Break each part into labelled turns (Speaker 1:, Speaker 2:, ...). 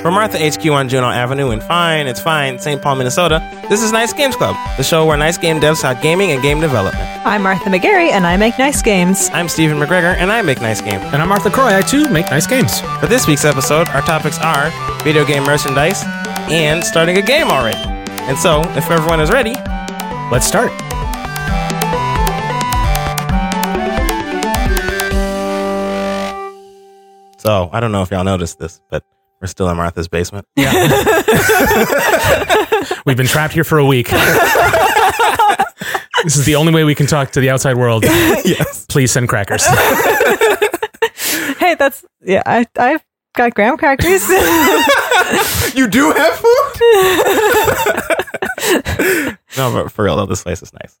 Speaker 1: From Martha HQ on Juno Avenue in Fine, it's Fine, St. Paul, Minnesota, this is Nice Games Club, the show where nice game devs talk gaming and game development.
Speaker 2: I'm Martha McGarry, and I make nice games.
Speaker 1: I'm Stephen McGregor, and I make Nice Game.
Speaker 3: And I'm Arthur Croy. I too make nice games.
Speaker 1: For this week's episode, our topics are video game merchandise and starting a game already. And so, if everyone is ready,
Speaker 3: Let's start.
Speaker 1: so I don't know if y'all noticed this, but we're still in Martha's basement.
Speaker 3: We've been trapped here for a week. this is the only way we can talk to the outside world.
Speaker 1: yes.
Speaker 3: Please send crackers.
Speaker 2: Hey, that's yeah. I I've got graham crackers.
Speaker 1: You do have food? no, but for real though, this place is nice.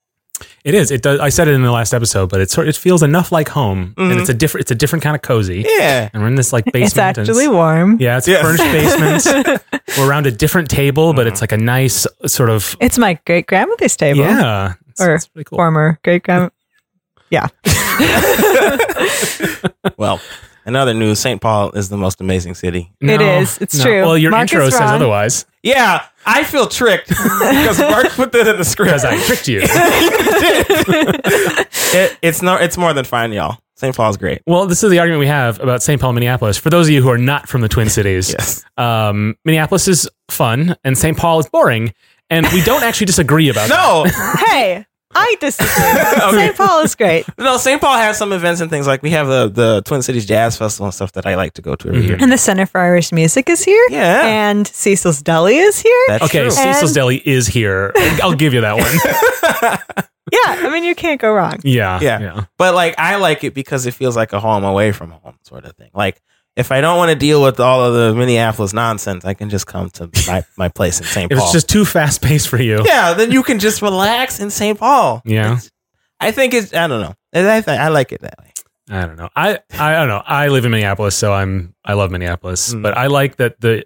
Speaker 3: It is. It does. I said it in the last episode, but it sort it feels enough like home, and it's a different. It's a different kind of cozy.
Speaker 1: Yeah.
Speaker 3: And we're in this like basement.
Speaker 2: Mm-hmm. it's
Speaker 3: and
Speaker 2: actually warm.
Speaker 3: yeah, it's
Speaker 1: Yes.
Speaker 3: a furnished basement. we're around a different table, but it's like a nice sort of
Speaker 2: Mm-hmm. It's my great grandmother's table.
Speaker 3: yeah. It's,
Speaker 2: Or
Speaker 3: it's pretty cool.
Speaker 2: Former great grand. Yeah.
Speaker 1: Well, in other news, St. Paul is the most amazing city.
Speaker 2: It is. It's true.
Speaker 3: Well, your
Speaker 2: Mark
Speaker 3: intro
Speaker 2: is
Speaker 3: says
Speaker 2: wrong.
Speaker 3: otherwise
Speaker 1: Yeah, I feel tricked because Mark put that in the script.
Speaker 3: because I tricked you.
Speaker 1: It, it's no, it's more than fine, y'all. St. Paul's great.
Speaker 3: Well, this is the argument we have about St. Paul, Minneapolis. For those of you who are not from the Twin Cities,
Speaker 1: Yes.
Speaker 3: um, Minneapolis is fun and St. Paul is boring. And we don't actually disagree about that.
Speaker 1: No,
Speaker 2: Hey, I disagree. St. Paul is great,
Speaker 1: no. St. Paul has some events and things like we have the the Twin Cities Jazz Festival and stuff that I like to go to every year.
Speaker 2: and the Center for Irish Music is here.
Speaker 1: Yeah.
Speaker 2: and Cecil's Deli is here.
Speaker 1: That's
Speaker 3: Okay,
Speaker 1: true.
Speaker 3: Cecil's
Speaker 2: And-
Speaker 3: Deli is here. I'll give you that one.
Speaker 2: yeah, I mean you can't go wrong.
Speaker 3: Yeah.
Speaker 1: Yeah. But like I like it because it feels like a home away from home sort of thing. Like if I don't want to deal with all of the Minneapolis nonsense, I can just come to my, my place in St.
Speaker 3: If
Speaker 1: Paul.
Speaker 3: it's just too fast paced for you.
Speaker 1: yeah, then you can just relax in St. Paul.
Speaker 3: Yeah.
Speaker 1: I think it's I don't know. I, I, I like it that way.
Speaker 3: I don't know. I, I don't know. I live in Minneapolis, so I'm I love Minneapolis.
Speaker 1: Mm.
Speaker 3: But I like that the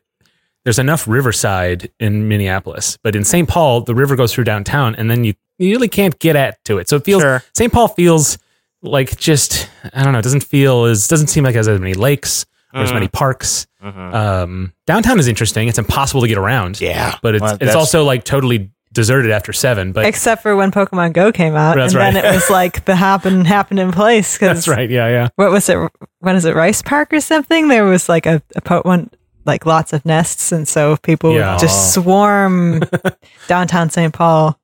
Speaker 3: there's enough riverside in Minneapolis. But in St. Paul, the river goes through downtown and then you, you really can't get at to it. So it feels
Speaker 1: Sure.
Speaker 3: St. Paul feels like just I don't know, it doesn't feel as doesn't seem like it has as many lakes or as
Speaker 1: Mm.
Speaker 3: many parks.
Speaker 1: Mhm.
Speaker 3: Um, downtown is interesting. It's impossible to get around.
Speaker 1: Yeah.
Speaker 3: But it's
Speaker 1: Well,
Speaker 3: it's
Speaker 1: that's-
Speaker 3: also like totally deserted after seven. But
Speaker 2: Except for when Pokemon Go came out,
Speaker 3: That's
Speaker 2: and
Speaker 3: right.
Speaker 2: then it was like the happen happened in place. 'cause
Speaker 3: that's right. Yeah, yeah.
Speaker 2: what was it? What is it? Rice Park or something? There was like a, a po- one, like lots of nests, and so people
Speaker 3: Yeah.
Speaker 2: would just swarm downtown St. Paul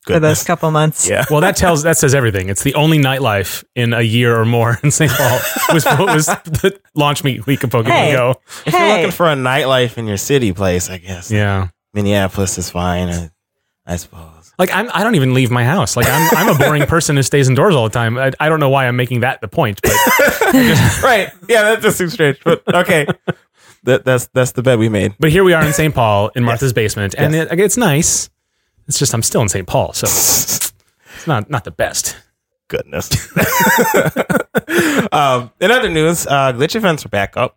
Speaker 2: for
Speaker 1: Goodness.
Speaker 2: those couple months.
Speaker 1: Yeah.
Speaker 3: Well, that tells that says everything. It's the only nightlife in a year or more in St. Paul was what was the launch meet week of Pokemon
Speaker 2: Hey.
Speaker 3: Go.
Speaker 1: If you're
Speaker 2: Hey,
Speaker 1: looking for a nightlife in your city place, I guess
Speaker 3: Yeah.
Speaker 1: Minneapolis is fine. I, I suppose.
Speaker 3: Like I'm, I don't even leave my house. Like I'm, I'm a boring person who stays indoors all the time. I, I don't know why I'm making that the point, but
Speaker 1: right. Yeah, that just seems strange. But okay. that that's that's the bet we made.
Speaker 3: But here we are in St. Paul in Martha's basement, and it, it's nice. It's just I'm still in St. Paul, so it's not not the best.
Speaker 1: Goodness. um, in other news, uh, glitch events are back up.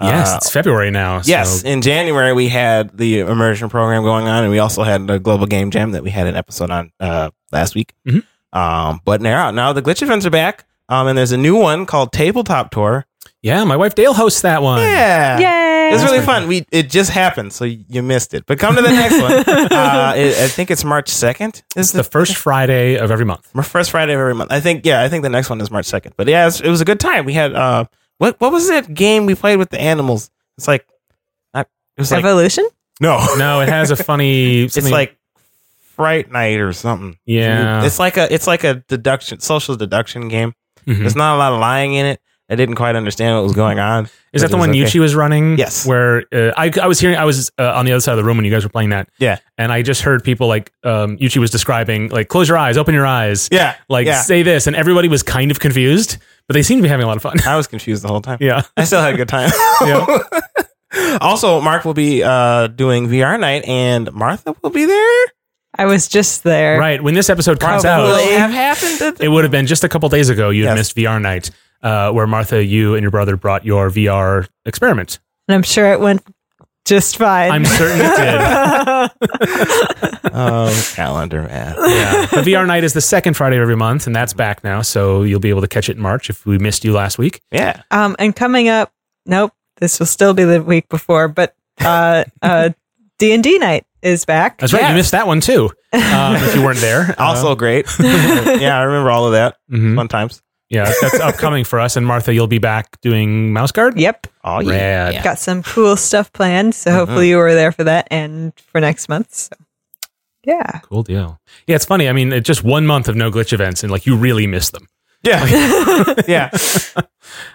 Speaker 3: Yes,
Speaker 1: Uh,
Speaker 3: it's February now. so-
Speaker 1: Yes, in January we had the immersion program going on, and we also had the global game jam that we had an episode on uh, last week.
Speaker 3: Mhm.
Speaker 1: Um, but now, now the glitch events are back, um, and there's a new one called Tabletop Tour.
Speaker 3: yeah, my wife Dale hosts that one.
Speaker 1: Yeah,
Speaker 2: yay!
Speaker 1: It's really fun. We it just happened, so you missed it. But come to the next one. Uh, it, I think it's March second. Is
Speaker 3: It's the first Friday of every month.
Speaker 1: my first Friday of every month. I think yeah, I think the next one is March second. But yeah, it was, it was a good time. We had uh, what what was that game we played with the animals? It's like, I, it was like
Speaker 2: Evolution.
Speaker 1: no,
Speaker 3: No, it has a funny.
Speaker 1: it's like Fright Night or something.
Speaker 3: yeah,
Speaker 1: It's like a it's like a deduction social deduction game.
Speaker 3: Mhm.
Speaker 1: There's not a lot of lying in it. I didn't quite understand what was going on.
Speaker 3: Is
Speaker 1: but
Speaker 3: that the
Speaker 1: it was
Speaker 3: one
Speaker 1: okay.
Speaker 3: Yuchi was running?
Speaker 1: Yes.
Speaker 3: Where uh, I, I was hearing, I was uh, on the other side of the room when you guys were playing that.
Speaker 1: Yeah.
Speaker 3: And I just heard people like um, Yuchi was describing, like, close your eyes, open your eyes,
Speaker 1: Yeah,
Speaker 3: like,
Speaker 1: yeah.
Speaker 3: say this. And everybody was kind of confused, but they seemed to be having a lot of fun.
Speaker 1: I was confused the whole time.
Speaker 3: yeah.
Speaker 1: I still had a good time. also, Mark will be uh, doing VR night, and Martha will be there.
Speaker 2: I was just there.
Speaker 3: Right. Oh, When this episode comes
Speaker 1: Will
Speaker 3: out,
Speaker 1: it have happened.
Speaker 3: it would have been just a couple days ago you had
Speaker 1: Yes.
Speaker 3: missed VR night, uh, where Martha, you and your brother brought your VR experiment.
Speaker 2: and I'm sure it went just fine.
Speaker 3: I'm certain it did.
Speaker 1: um, calendar man.
Speaker 3: Yeah. But VR night is the second Friday of every month, and that's back now. So you'll be able to catch it in March if we missed you last week.
Speaker 1: Yeah,
Speaker 2: um, and coming up, nope. This will still be the week before, but uh, uh, D and D night is back.
Speaker 3: That's right.
Speaker 1: Yes.
Speaker 3: You missed that one too. Um, if you weren't there,
Speaker 1: Also
Speaker 3: Uh,
Speaker 1: great. yeah, I remember all of that.
Speaker 3: mhm.
Speaker 1: Fun times.
Speaker 3: yeah, that's upcoming for us. And Martha, you'll be back doing Mouse Guard.
Speaker 2: Yep,
Speaker 1: Oh
Speaker 3: Rad.
Speaker 2: got some cool stuff planned.
Speaker 3: Mm-hmm.
Speaker 2: So hopefully you were there for that and for next month. So. Yeah,
Speaker 3: Cool deal. Yeah, it's funny. I mean, it's just one month of no glitch events, and like you really miss them.
Speaker 1: Yeah. yeah.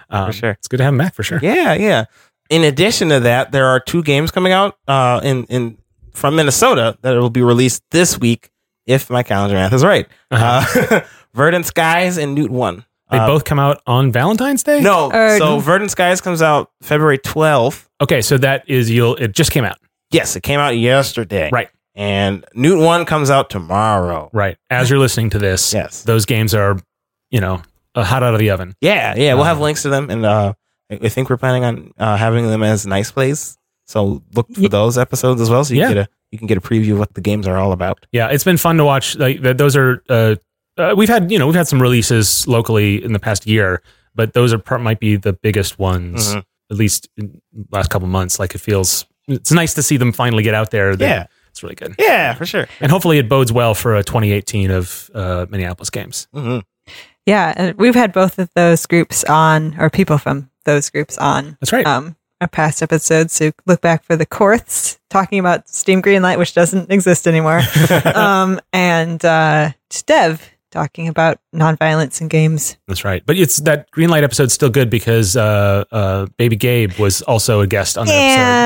Speaker 3: Um,
Speaker 1: sure.
Speaker 3: It's good to have them back for sure.
Speaker 1: Yeah, yeah. In addition to that, there are two games coming out uh, in in from Minnesota that will be released this week, if my calendar math is right. uh
Speaker 3: Uh-huh.
Speaker 1: Verdant Skies and Newt One.
Speaker 3: They
Speaker 1: Uh,
Speaker 3: both come out on Valentine's Day.
Speaker 1: No,
Speaker 2: Uh,
Speaker 1: so Verdant Skies comes out February twelfth.
Speaker 3: Okay, so that is you'll. It just came out.
Speaker 1: Yes, it came out yesterday.
Speaker 3: Right.
Speaker 1: And Newt One comes out tomorrow.
Speaker 3: Right. As you're listening to this,
Speaker 1: Yes.
Speaker 3: those games are, you know, uh, hot out of the oven.
Speaker 1: Yeah, yeah. We'll have
Speaker 3: Uh-huh.
Speaker 1: links to them, and uh, I I think we're planning on uh, having them as nice plays. So look for
Speaker 2: Ye-
Speaker 1: those episodes as well, so you
Speaker 3: Yeah.
Speaker 1: can get a you can get a preview of what the games are all about.
Speaker 3: Yeah, it's been fun to watch. Like th- those are uh, uh, we've had you know we've had some releases locally in the past year, but those are pro- might be the biggest ones
Speaker 1: Mhm.
Speaker 3: at least in last couple months. Like it feels it's nice to see them finally get out there.
Speaker 1: Yeah.
Speaker 3: it's really good,
Speaker 1: Yeah, for sure.
Speaker 3: and hopefully it bodes well for a 2018 of uh, Minneapolis games.
Speaker 1: hmm
Speaker 2: yeah, and we've had both of those groups on, or people from those groups on
Speaker 3: That's right.
Speaker 2: um, our past episodes. So look back for the Korths talking about Steam Greenlight, which doesn't exist anymore, um, and uh, Dev talking about nonviolence in games.
Speaker 3: That's right. But it's that green light episode's still good because uh, uh, Baby Gabe was also a guest on the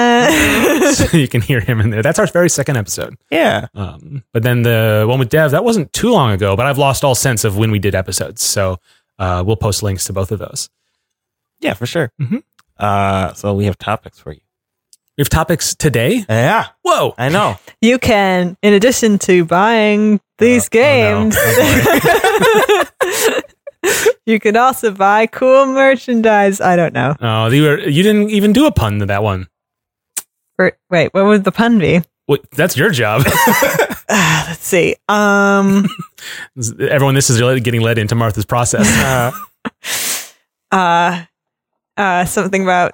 Speaker 2: Yeah.
Speaker 3: episode, so you can hear him in there. That's our very second episode.
Speaker 1: Yeah.
Speaker 3: Um, but then the one with Dev, that wasn't too long ago, but I've lost all sense of when we did episodes. So uh, we'll post links to both of those.
Speaker 1: Yeah, for sure.
Speaker 3: Mhm.
Speaker 1: Uh, so we have topics for you.
Speaker 3: We have topics today.
Speaker 1: Yeah,
Speaker 3: Whoa.
Speaker 1: I know.
Speaker 2: you can, in addition to buying
Speaker 1: Oh,
Speaker 2: these games, you can also buy cool merchandise. I don't know.
Speaker 3: Oh, you, were, you didn't even do a pun to that one.
Speaker 2: Or- Wait, what would the pun be?
Speaker 3: Wait, that's your job.
Speaker 2: Ah, let's see. Um,
Speaker 3: Everyone, this is really getting led into Martha's process.
Speaker 1: Uh,
Speaker 2: uh, uh, something about.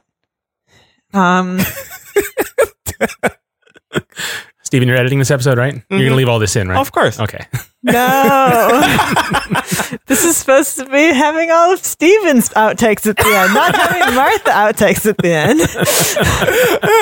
Speaker 2: Um,
Speaker 3: Steven, you're editing this episode, right? You're going to
Speaker 1: Mhm.
Speaker 3: leave all this in, right?
Speaker 1: Of course.
Speaker 3: Okay.
Speaker 2: No. this is supposed to be having all of Steven's outtakes at the end, not having Martha outtakes at the end.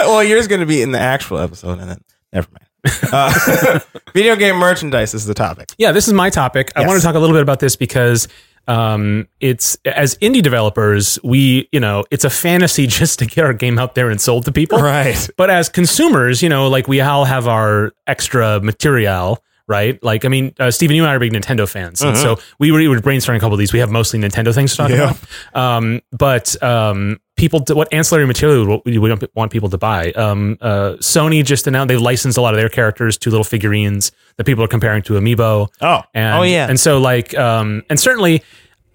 Speaker 1: well, yours going to be in the actual episode, and then never mind. Uh, video game merchandise is the topic.
Speaker 3: Yeah, this is my topic. I
Speaker 1: Yes.
Speaker 3: want to talk a little bit about this because um, it's as indie developers, we you know it's a fantasy just to get our game out there and sold to people.
Speaker 1: Right.
Speaker 3: But as consumers, you know, like we all have our extra material, right? Like, I mean, uh, Steven, you and I are big Nintendo fans. And so we were, we were brainstorming a couple of these. We have mostly Nintendo things to talk
Speaker 1: Uh-huh. Yeah.
Speaker 3: about. Um, but um, people, do- what ancillary material would we don't want people to buy? Um, uh, Sony just announced they've licensed a lot of their characters to little figurines that people are comparing to Amiibo.
Speaker 1: Oh.
Speaker 3: And,
Speaker 1: oh yeah.
Speaker 3: And so like, um, and certainly,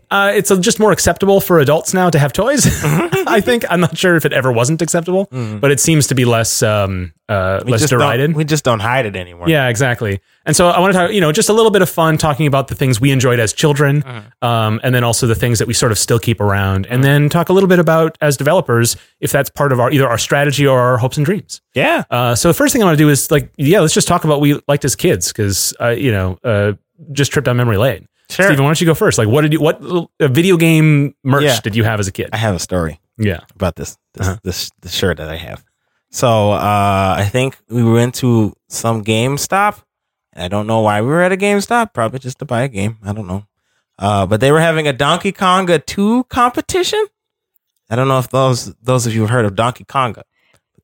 Speaker 3: uh, it's just more acceptable for adults now to have toys. I think I'm not sure if it ever wasn't acceptable, but it seems to be less um, uh,
Speaker 1: Mm. we
Speaker 3: less
Speaker 1: just don't-
Speaker 3: derided.
Speaker 1: We just don't hide it anymore.
Speaker 3: Yeah, exactly. And so I want to talk, you know, just a little bit of fun talking about the things we enjoyed as children,
Speaker 1: Uh-huh.
Speaker 3: um, and then also the things that we sort of still keep around, and then talk a little bit about as developers if that's part of our either our strategy or our hopes and dreams.
Speaker 1: Yeah.
Speaker 3: Uh, so the first thing I want to do is like, yeah, let's just talk about what we liked as kids because uh, you know, uh, just trip down memory lane.
Speaker 1: Sure.
Speaker 3: Steven, why don't you go first? Like, what did you what uh, video game merch
Speaker 1: Yeah.
Speaker 3: did you have as a kid?
Speaker 1: I have a story.
Speaker 3: Yeah,
Speaker 1: about this this, this this shirt that I have. So uh, I think we went to some GameStop, and I don't know why we were at a GameStop. Probably just to buy a game. I don't know. Uh, but they were having a Donkey Konga two competition. I don't know if those those of you have heard of Donkey Konga.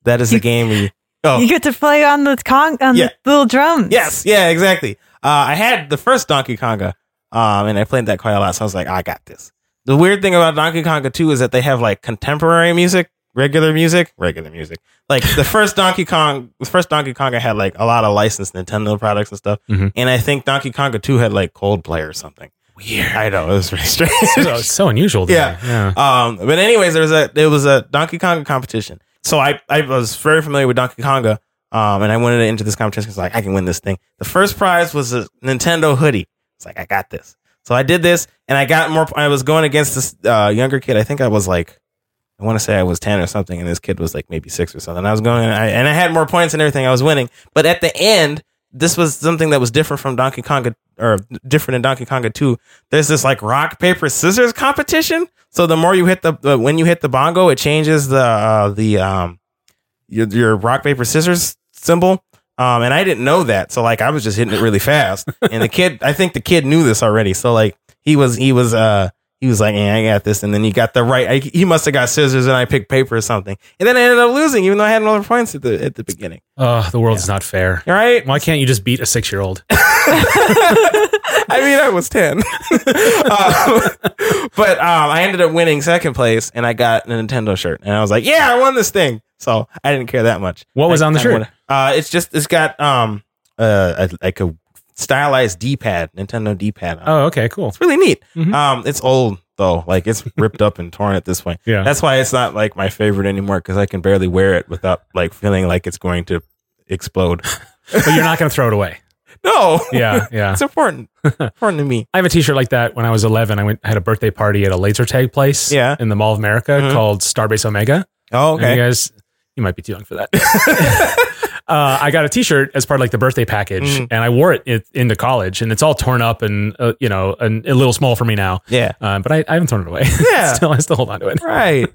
Speaker 1: That is a game. Where you, oh,
Speaker 2: You get to play on the con- on
Speaker 1: Yeah.
Speaker 2: the little drums.
Speaker 1: Yes, yeah, exactly. Uh, I had the first Donkey Konga, um, and I played that quite a lot. So I was like, "Ah, I got this. The weird thing about Donkey Konga 2 is that they have like contemporary music, regular music, regular music. Like the first Donkey Kong, the first Donkey Konga had like a lot of licensed Nintendo products and stuff,
Speaker 3: Mhm.
Speaker 1: and I think Donkey Konga 2 had like Coldplay or something. Weird. I know it was really strange.
Speaker 3: so, Oh, it's so unusual. today.
Speaker 1: Yeah. Um, but anyways, there was a there was a Donkey Konga competition. So I I was very familiar with Donkey Konga, um, and I went into this competition because like I can win this thing. The first prize was a Nintendo hoodie. It's like I got this. So I did this, and I got more. I was going against this uh, younger kid. I think I was like I want to say I was 10 or something, and this kid was like maybe six or something. I was going, and I, and I had more points and everything. I was winning. But at the end, this was something that was different from Donkey Kong or different in Donkey Konga 2. There's this like rock, paper, scissors competition. So the more you hit the, the when you hit the bongo, it changes the, uh, the, um, your, your rock, paper, scissors symbol. Um, and I didn't know that. So like I was just hitting it really fast. And the kid, I think the kid knew this already. So like he was, he was, uh, he was like, "Yeah, I got this," and then he got the right. I, he must have got scissors, and I picked paper or something. And then I ended up losing, even though I had no other points at the at the beginning.
Speaker 3: Oh, the world's not fair.
Speaker 1: All right,
Speaker 3: Why can't you just beat a six year old?
Speaker 1: I mean, I was 10. Um, but um, I ended up winning second place and I got a Nintendo shirt. And I was like, yeah, I won this thing. So I didn't care that much.
Speaker 3: What was
Speaker 1: I-
Speaker 3: on the
Speaker 1: I
Speaker 3: shirt?
Speaker 1: wanna- uh, it's just, it's got um, uh, a, like a stylized D pad, Nintendo D pad. on it.
Speaker 3: Oh, okay, cool.
Speaker 1: It's really neat.
Speaker 3: Mhm.
Speaker 1: Um, it's old though. Like it's ripped up and torn at this point.
Speaker 3: Yeah.
Speaker 1: That's why it's not like my favorite anymore because I can barely wear it without like feeling like it's going to explode.
Speaker 3: but you're not going to throw it away.
Speaker 1: No.
Speaker 3: Yeah, yeah.
Speaker 1: it's important. important to me.
Speaker 3: I have a T-shirt like that when I was 11. I went had a birthday party at a laser tag place,
Speaker 1: Yeah.
Speaker 3: in the Mall of America
Speaker 1: Mhm.
Speaker 3: called Starbase Omega.
Speaker 1: Oh,
Speaker 3: And you
Speaker 1: okay.
Speaker 3: guys, you might be too young for that. uh, I got a T-shirt as part of like the birthday package,
Speaker 1: Mhm.
Speaker 3: and I wore it, it into college, and it's all torn up and uh, you know and a little small for me now.
Speaker 1: Yeah.
Speaker 3: Uh, but I, I haven't thrown it away.
Speaker 1: Yeah.
Speaker 3: still, I still hold on to it.
Speaker 1: Right.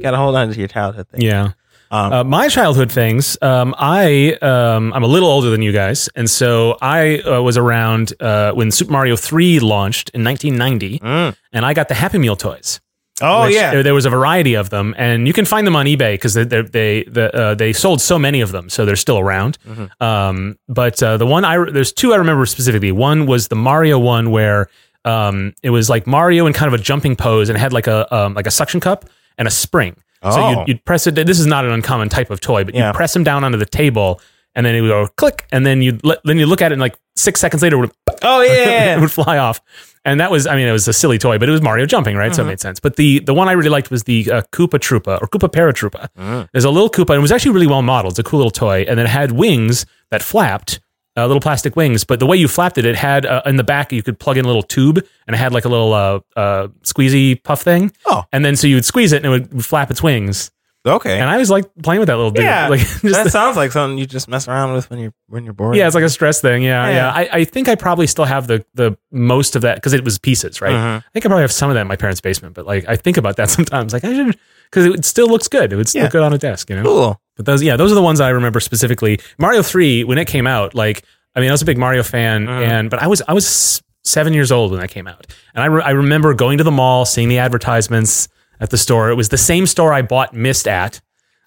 Speaker 1: Got to hold on to your childhood thing.
Speaker 3: Yeah.
Speaker 1: Um,
Speaker 3: Uh, my childhood things. Um, I um, I'm a little older than you guys, and so I uh, was around uh, when Super Mario 3 launched in 1990,
Speaker 1: mm.
Speaker 3: and I got the Happy Meal toys.
Speaker 1: Oh
Speaker 3: which uh,
Speaker 1: yeah.
Speaker 3: there, there was a variety of them, and you can find them on eBay because they they they, the, uh, they sold so many of them, so they're still around.
Speaker 1: Mm-hmm.
Speaker 3: Um, but uh, the one I re- there's two I remember specifically. One was the Mario one where um, it was like Mario in kind of a jumping pose, and it had like a um, like a suction cup and a spring. So
Speaker 1: Oh.
Speaker 3: you'd, you'd press it. This is not an uncommon type of toy, but
Speaker 1: Yeah.
Speaker 3: you press them down onto the table, and then it would go click, and then you would then you look at it, and like six seconds later, it would
Speaker 1: oh
Speaker 3: it
Speaker 1: yeah.
Speaker 3: would fly off. And that was, I mean, it was a silly toy, but it was Mario jumping, right?
Speaker 1: Mm-hmm.
Speaker 3: So it made sense. But the the one I really liked was the uh, Koopa Troopa or Koopa Paratroopa.
Speaker 1: Mm.
Speaker 3: There's a little Koopa, and it was actually really well modeled. It's a cool little toy, and then it had wings that flapped, uh, little plastic wings. But the way you flapped it, it had uh, in the back you could plug in a little tube, and it had like a little uh, uh, squeezy puff thing.
Speaker 1: Oh.
Speaker 3: and then so you would squeeze it, and it would flap its wings.
Speaker 1: okay.
Speaker 3: And I was like playing with that little dude.
Speaker 1: yeah.
Speaker 3: like just
Speaker 1: that
Speaker 3: the-
Speaker 1: sounds like something you just mess around with when you're when you're bored.
Speaker 3: yeah, it's like a stress thing. Yeah,
Speaker 1: Yeah.
Speaker 3: yeah. I, I think I probably still have the the most of that because it was pieces, right?
Speaker 1: Mhm.
Speaker 3: I think I probably have some of that in my parents' basement, but like I think about that sometimes. Like I should because it still looks good. It would still
Speaker 1: Yeah.
Speaker 3: look good on a desk, you know.
Speaker 1: cool.
Speaker 3: But those, yeah, those are the ones I remember specifically. Mario Three when it came out, like I mean, I was a big Mario fan,
Speaker 1: Mhm.
Speaker 3: and but I was I was seven years old when that came out, and I re- I remember going to the mall, seeing the advertisements at the store. It was the same store I bought Mist at,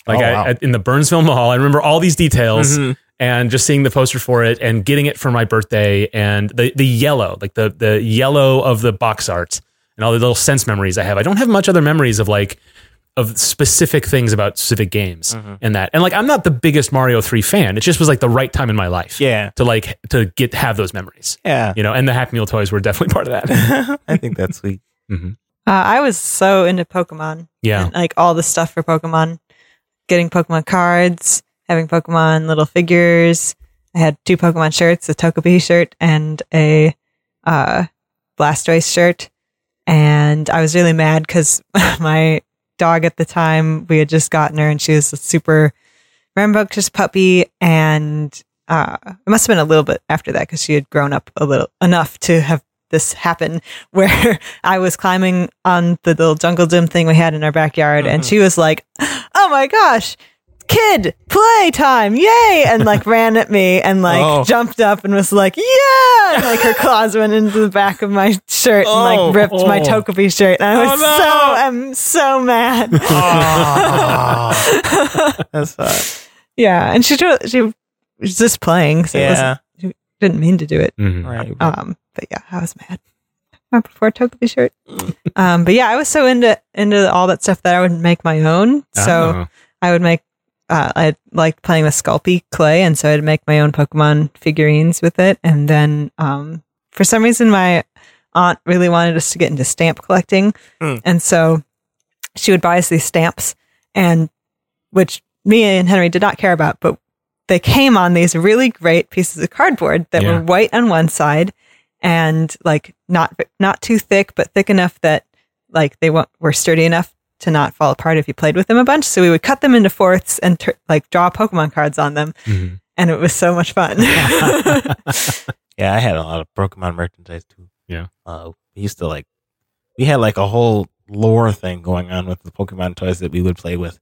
Speaker 3: like
Speaker 1: Oh,
Speaker 3: I-
Speaker 1: wow.
Speaker 3: at, in the Burnsville Mall. I remember all these details.
Speaker 1: Mhm.
Speaker 3: And just seeing the poster for it and getting it for my birthday and the, the yellow, like the, the yellow of the box art and all the little sense memories I have. I don't have much other memories of like of specific things about specific games
Speaker 1: Mm-hmm.
Speaker 3: and that. And like I'm not the biggest Mario 3 fan. It just was like the right time in my life.
Speaker 1: Yeah.
Speaker 3: To like to get have those memories.
Speaker 1: Yeah.
Speaker 3: You know, and the Happy Meal toys were definitely part of that.
Speaker 1: I think that's sweet.
Speaker 2: Uh, I was so into Pokemon.
Speaker 3: Yeah.
Speaker 2: and, like all the stuff for Pokemon, getting Pokemon cards, having Pokemon little figures. I had two Pokemon shirts, a Togepi shirt and a uh, Blastoise shirt, and I was really mad because my dog at the time we had just gotten her, and she was a super rambunctious puppy, and uh, it must have been a little bit after that because she had grown up a little enough to have this happen where I was climbing on the little jungle gym thing we had in our backyard,
Speaker 1: Mm-hmm.
Speaker 2: and she was like, "Oh my gosh." Kid, play time, yay! And like ran at me and like
Speaker 1: Oh.
Speaker 2: jumped up and was like, "Yeah!" And, like her claws went into the back of my shirt and
Speaker 1: Oh.
Speaker 2: like ripped my
Speaker 3: Oh.
Speaker 2: Togepi shirt, and I was
Speaker 1: Oh, no.
Speaker 2: so I'm so mad.
Speaker 1: Oh. that's uh,
Speaker 2: yeah, and she dro- she was just playing, so it
Speaker 1: yeah.
Speaker 2: wasn't- didn't mean to do it.
Speaker 3: Mhm.
Speaker 1: Right.
Speaker 2: Um, but yeah, I was mad. My before Togepi shirt. um, but yeah, I was so into into all that stuff that I would make my own. So
Speaker 3: Oh.
Speaker 2: I would make. Uh, I liked playing with Sculpey clay, and so I'd make my own Pokemon figurines with it. And then, um, for some reason, my aunt really wanted us to get into stamp collecting,
Speaker 1: Hmm.
Speaker 2: and so she would buy us these stamps, and which me and Henry did not care about, but they came on these really great pieces of cardboard that
Speaker 3: Yeah.
Speaker 2: were white on one side and like not not too thick, but thick enough that like they wa- were sturdy enough to not fall apart if you played with them a bunch. So we would cut them into fourths and tur like draw Pokemon cards on them,
Speaker 3: Mhm.
Speaker 2: and it was so much fun.
Speaker 1: Yeah, I had a lot of Pokemon merchandise too.
Speaker 3: Yeah.
Speaker 1: Uh, we used to like, we had like a whole lore thing going on with the Pokemon toys that we would play with.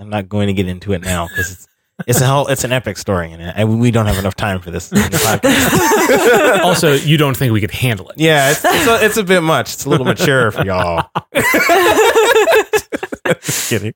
Speaker 1: I'm not going to get into it now because it's, it's a whole, it's an epic story and I, we don't have enough time for this. in the podcast. Oh,
Speaker 3: also, you don't think we could handle it.
Speaker 1: yeah, it's, it's, a, it's a bit much. It's a little mature for y'all. Just kidding.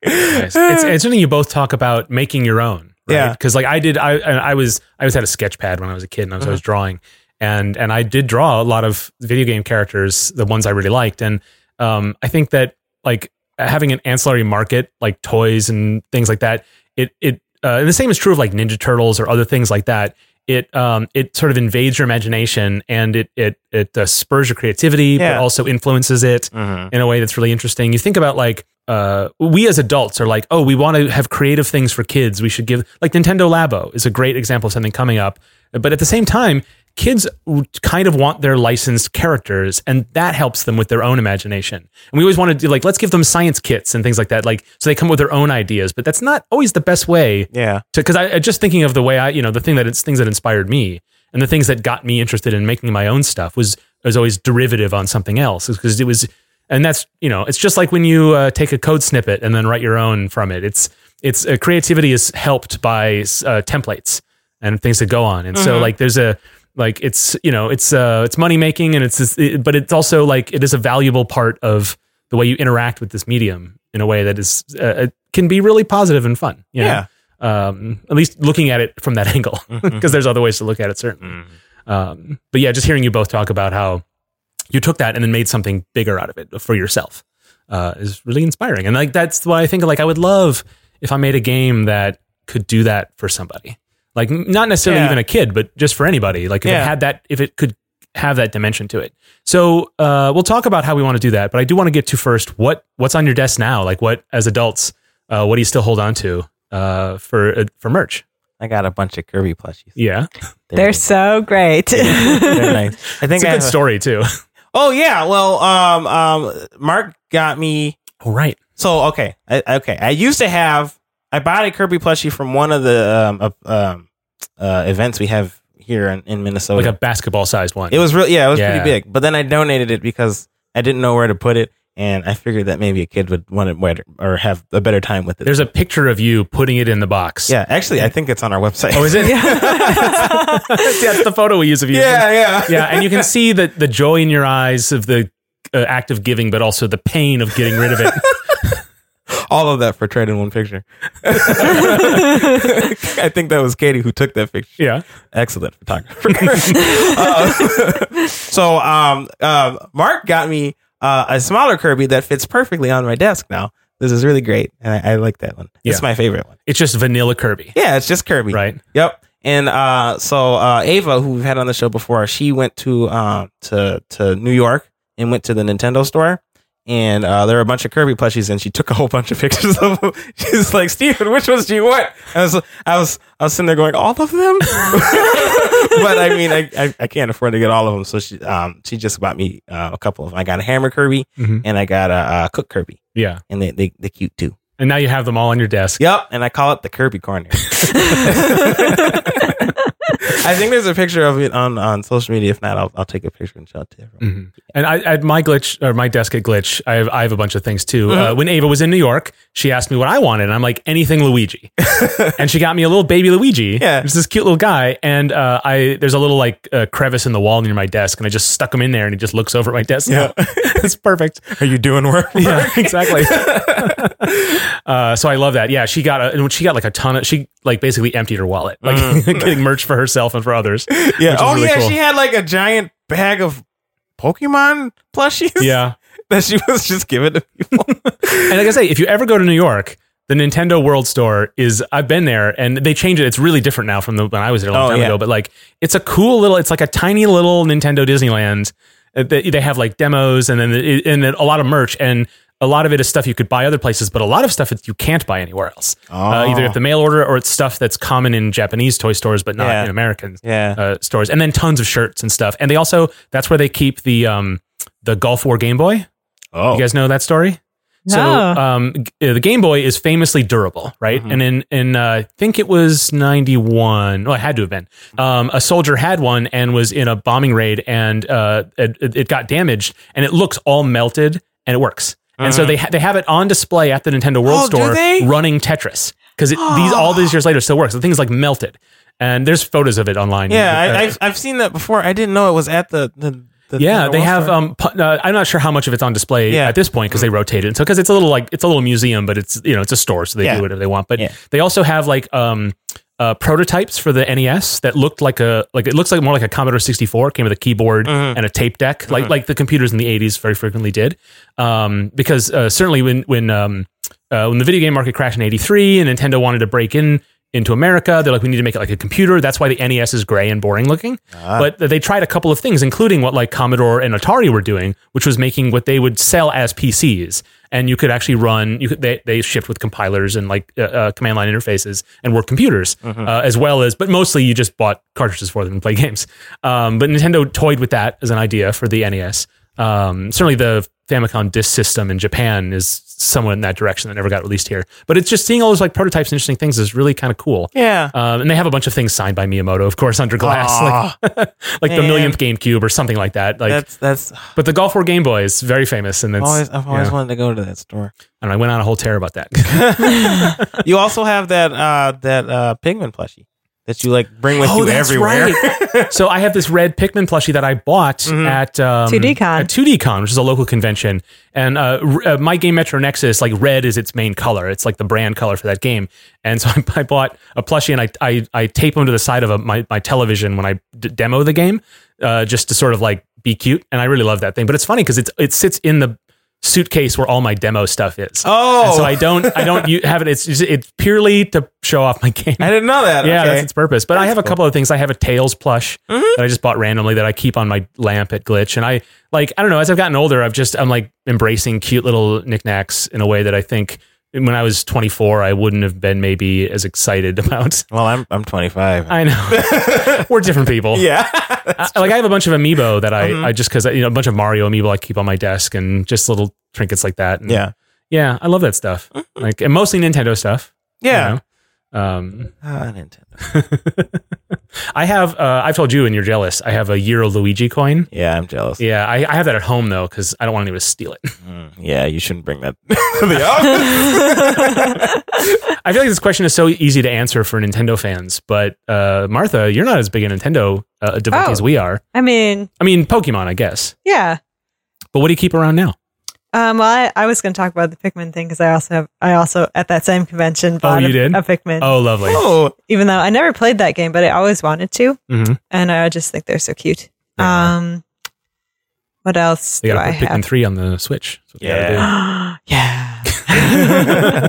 Speaker 3: It's, it's interesting you both talk about making your own. Right?
Speaker 1: Yeah.
Speaker 3: Because like I did, I I was I was had a sketch pad when I was a kid and I was always
Speaker 1: Uh-huh.
Speaker 3: drawing, and and I did draw a lot of video game characters, the ones I really liked, and um I think that like having an ancillary market like toys and things like that, it it uh, and the same is true of like Ninja Turtles or other things like that. It um it sort of invades your imagination and it it it uh, spurs your creativity,
Speaker 1: Yeah.
Speaker 3: but also influences it
Speaker 1: Mhm.
Speaker 3: in a way that's really interesting. You think about like uh, we as adults are like, oh, we want to have creative things for kids. We should give like Nintendo Labo is a great example of something coming up. But at the same time, kids w- kind of want their licensed characters, and that helps them with their own imagination. And we always want to do like let's give them science kits and things like that, like so they come up with their own ideas. But that's not always the best way
Speaker 1: Yeah.
Speaker 3: to because I, I just thinking of the way I you know the thing that it's things that inspired me and the things that got me interested in making my own stuff was was always derivative on something else because it was and that's you know it's just like when you uh, take a code snippet and then write your own from it it's it's uh, creativity is helped by uh, templates and things that go on and so like there's a like it's you know it's uh it's money making and it's this, it, but it's also like it is a valuable part of the way you interact with this medium in a way that is uh, uh, can be really positive and fun you know?
Speaker 1: Yeah.
Speaker 3: um, at least looking at it from that angle, because there's other ways to look at it, certainly. Um, but yeah, just hearing you both talk about how you took that and then made something bigger out of it for yourself uh, is really inspiring. And like that's why I think like I would love if I made a game that could do that for somebody, like n- not necessarily
Speaker 1: Yeah.
Speaker 3: even a kid, but just for anybody. Like if
Speaker 1: Yeah.
Speaker 3: it had that, if it could have that dimension to it. So uh, we'll talk about how we want to do that, but I do want to get to first what what's on your desk now. Like what as adults, uh, what do you still hold on to uh, for uh, for merch?
Speaker 1: I got a bunch of Kirby plushies.
Speaker 3: Yeah,
Speaker 2: They're so great.
Speaker 1: They're nice. I think
Speaker 3: it's a
Speaker 1: I
Speaker 3: good
Speaker 1: have
Speaker 3: story too.
Speaker 1: Oh yeah. Well, um, um, Mark got me.
Speaker 3: All right.
Speaker 1: So okay, I, okay. I used to have. I bought a Kirby plushie from one of the um, uh, um uh, events we have here in, in Minnesota.
Speaker 3: like a basketball sized one.
Speaker 1: it was real. Yeah, it was
Speaker 3: Yeah.
Speaker 1: pretty big. But then I donated it because I didn't know where to put it, and I figured that maybe a kid would want it better or have a better time with it.
Speaker 3: There's a picture of you putting it in the box.
Speaker 1: yeah, actually, I think it's on our website.
Speaker 3: Oh, is it? That's the photo we use of you.
Speaker 1: yeah, yeah,
Speaker 3: yeah, and you can see the the joy in your eyes of the uh, act of giving, but also the pain of getting rid of it.
Speaker 1: All of that portrayed in one picture. I think that was Katie who took that picture.
Speaker 3: yeah,
Speaker 1: excellent photographer. Uh, so, um, um, Mark got me uh, a smaller Kirby that fits perfectly on my desk now. This is really great, and I, I like that one.
Speaker 3: Yeah.
Speaker 1: It's my favorite one.
Speaker 3: it's just vanilla Kirby,
Speaker 1: Yeah, it's just Kirby.
Speaker 3: right?
Speaker 1: Yep. And uh, so uh, Ava, who we've had on the show before, she went to uh, to to New York and went to the Nintendo store. And uh, there were a bunch of Kirby plushies, and she took a whole bunch of pictures of them. She's like, "Steven, which ones do you want?" I was, I was, I was sitting there going, "All of them," but I mean, I, I, I can't afford to get all of them, so she, um, she just bought me uh, a couple of. Them. I got a Hammer Kirby,
Speaker 3: Mhm.
Speaker 1: and I got a, uh Cook Kirby,
Speaker 3: Yeah,
Speaker 1: and they, they they cute too.
Speaker 3: and now you have them all on your desk.
Speaker 1: Yep, and I call it the Kirby corner. I think there's a picture of it on, on social media. If not, I'll, I'll take a picture and show it to everyone.
Speaker 3: Mhm. And I, at my glitch or my desk at glitch, I have, I have a bunch of things
Speaker 1: Mm-hmm.
Speaker 3: too. Uh, when Ava was in New York, she asked me what I wanted, and I'm like anything Luigi, and she got me a little baby Luigi.
Speaker 1: Yeah.
Speaker 3: it's this cute little guy, and uh, I there's a little like uh, crevice in the wall near my desk, and I just stuck him in there, and he just looks over at my desk. Yeah, it's perfect.
Speaker 1: Are you doing work?
Speaker 3: Yeah, exactly. uh, so I love that. Yeah, she got a, and she got like a ton of she like basically emptied her wallet, like getting merch for herself and for others.
Speaker 1: Mm. Yeah.
Speaker 3: Which is
Speaker 1: Oh
Speaker 3: really
Speaker 1: yeah,
Speaker 3: cool.
Speaker 1: she had like a giant bag of Pokemon plushies.
Speaker 3: Yeah,
Speaker 1: That she was just giving to people.
Speaker 3: and like I say, if you ever go to New York, the Nintendo World Store is I've been there and they changed it. It's really different now from the when I was there a long
Speaker 1: Oh,
Speaker 3: time
Speaker 1: yeah.
Speaker 3: ago. But like it's a cool little it's like a tiny little Nintendo Disneyland. Uh, They, they have like demos and then it- and then a lot of merch and a lot of it is stuff you could buy other places, but a lot of stuff that you can't buy anywhere else. Uh,
Speaker 1: Oh.
Speaker 3: either at the mail order or it's stuff that's common in Japanese toy stores, but not
Speaker 1: Yeah.
Speaker 3: in American
Speaker 1: Yeah.
Speaker 3: uh, stores. And then tons of shirts and stuff. And they also that's where they keep the um the Gulf War Game Boy.
Speaker 1: oh.
Speaker 3: You guys know that story? So
Speaker 2: Oh.
Speaker 1: Ah.
Speaker 3: um, g- uh, the Game Boy is famously durable, right?
Speaker 1: Mhm.
Speaker 3: And in in uh, I think it was ninety one. Oh, it had to have been. Um, a soldier had one and was in a bombing raid, and uh, it, it it got damaged, and it looks all melted, and it works. And so
Speaker 1: Mhm.
Speaker 3: they ha- they have it on display at the Nintendo World
Speaker 1: Oh, do
Speaker 3: Store
Speaker 1: they?
Speaker 3: running Tetris because these all these years later still works. The thing's like melted, and there's photos of it online.
Speaker 1: Yeah,
Speaker 3: Uh,
Speaker 1: I, I've I've seen that before. I didn't know it was at the the. the
Speaker 3: yeah,
Speaker 1: the
Speaker 3: they
Speaker 1: World
Speaker 3: have.
Speaker 1: Store.
Speaker 3: Um, pu- uh, I'm not sure how much of it's on display
Speaker 1: Yeah. Mm-hmm.
Speaker 3: at this point because they rotate it. So because it's a little like it's a little museum, but it's you know it's a store, so they
Speaker 1: Yeah.
Speaker 3: do whatever they want. But
Speaker 1: Yeah.
Speaker 3: they also have like um, uh, prototypes for the NES that looked like a like it looks like more like a Commodore 64 came with a keyboard
Speaker 1: Mm-hmm.
Speaker 3: and a tape deck, like like the computers in the 80s very frequently did. Um, because uh, certainly when when um, uh, when the video game market crashed in '83 and Nintendo wanted to break in into America, they're like, we need to make it like a computer. That's why the NES is gray and boring looking. But they tried a couple of things, including what like Commodore and Atari were doing, which was making what they would sell as PCs. And you could actually run. You could, they they shipped with compilers and like uh, uh, command line interfaces and were computers uh, as well as, but mostly you just bought cartridges for them and play games. Um, but Nintendo toyed with that as an idea for the E NES. Um, certainly the Famicom disk system in Japan is somewhat in that direction that never got released here. But it's just seeing all those like prototypes and interesting things is really kind of cool.
Speaker 1: yeah.
Speaker 3: Um, and they have a bunch of things signed by Miyamoto, of course, under glass,
Speaker 1: Aw,
Speaker 3: like, like the
Speaker 1: man.
Speaker 3: millionth GameCube or something like that. Like,
Speaker 1: that's that's
Speaker 3: but the Golf War Game Boy is very famous, and it's,
Speaker 1: always I've always
Speaker 3: yeah.
Speaker 1: wanted to go to that store.
Speaker 3: and I went on a whole tear about that.
Speaker 1: you also have that uh that uh penguin plushie that you like bring with you everywhere.
Speaker 3: Oh,
Speaker 1: Mm-hmm.
Speaker 3: right. so I have this red Pikmin plushie that I bought at um,
Speaker 2: 2D Con.
Speaker 3: at 2D Con, which is a local convention. And uh, r- uh, my game Metro Nexus, like red is its main color. It's like the brand color for that game. And so I, I bought a plushie and I, I I tape them to the side of a, my my television when I d- demo the game, uh, just to sort of like be cute. And I really love that thing. But it's funny because it's it sits in the suitcase where all my demo stuff is.
Speaker 1: Oh.
Speaker 3: And so I don't I don't u- have it. It's just, it's purely to show off my game.
Speaker 1: I didn't know that. Okay.
Speaker 3: Yeah,
Speaker 1: Mm-hmm.
Speaker 3: that's its purpose. But I have a couple of things. I have a Tails plush that I just bought randomly that I keep on my lamp at Glitch. And I like, I don't know, as I've gotten older, I've just, I'm like embracing cute little knickknacks in a way that I think when I was 24, I wouldn't have been maybe as excited about.
Speaker 1: well, I'm I'm 25.
Speaker 3: I know. We're different people.
Speaker 1: yeah.
Speaker 3: I, like I have a bunch of amiibo that I,
Speaker 1: Mm-hmm.
Speaker 3: I just because you know a bunch of Mario amiibo I keep on my desk and just little trinkets like that. And
Speaker 1: yeah. Mm-hmm.
Speaker 3: yeah, I love that stuff. Like and mostly Nintendo stuff. you
Speaker 1: Yeah.
Speaker 3: know? Um,
Speaker 1: Ah, Nintendo.
Speaker 3: I have. Uh, I've told you, and you're jealous. I have a Euro Luigi coin.
Speaker 1: Yeah, I'm jealous. Yeah,
Speaker 3: Yeah, I, I have that at home though because I don't want anyone to steal it.
Speaker 1: you shouldn't bring that to the office.
Speaker 3: uh, I feel like this question is so easy to answer for Nintendo fans, but uh, Martha, you're not as big a Nintendo uh, devotee
Speaker 2: Oh.
Speaker 3: as we are.
Speaker 2: I mean,
Speaker 3: I mean, Pokemon, I guess.
Speaker 2: yeah.
Speaker 3: But what do you keep around now?
Speaker 2: Um, well, I, I was going to talk about the Pikmin thing because I also have I also at that same convention bought
Speaker 3: Oh, you
Speaker 2: a,
Speaker 3: did?
Speaker 2: a Pikmin.
Speaker 3: Oh, lovely.
Speaker 1: Oh,
Speaker 2: Even though I never played that game, but I always wanted to,
Speaker 3: Mhm.
Speaker 2: and I just think they're so cute.
Speaker 3: They are.
Speaker 2: Um, what else
Speaker 3: They
Speaker 2: do
Speaker 3: got
Speaker 2: I
Speaker 3: to put Pikmin
Speaker 2: have?
Speaker 3: three on the Switch. That's what they gotta
Speaker 1: Yeah.
Speaker 3: do.
Speaker 2: yeah.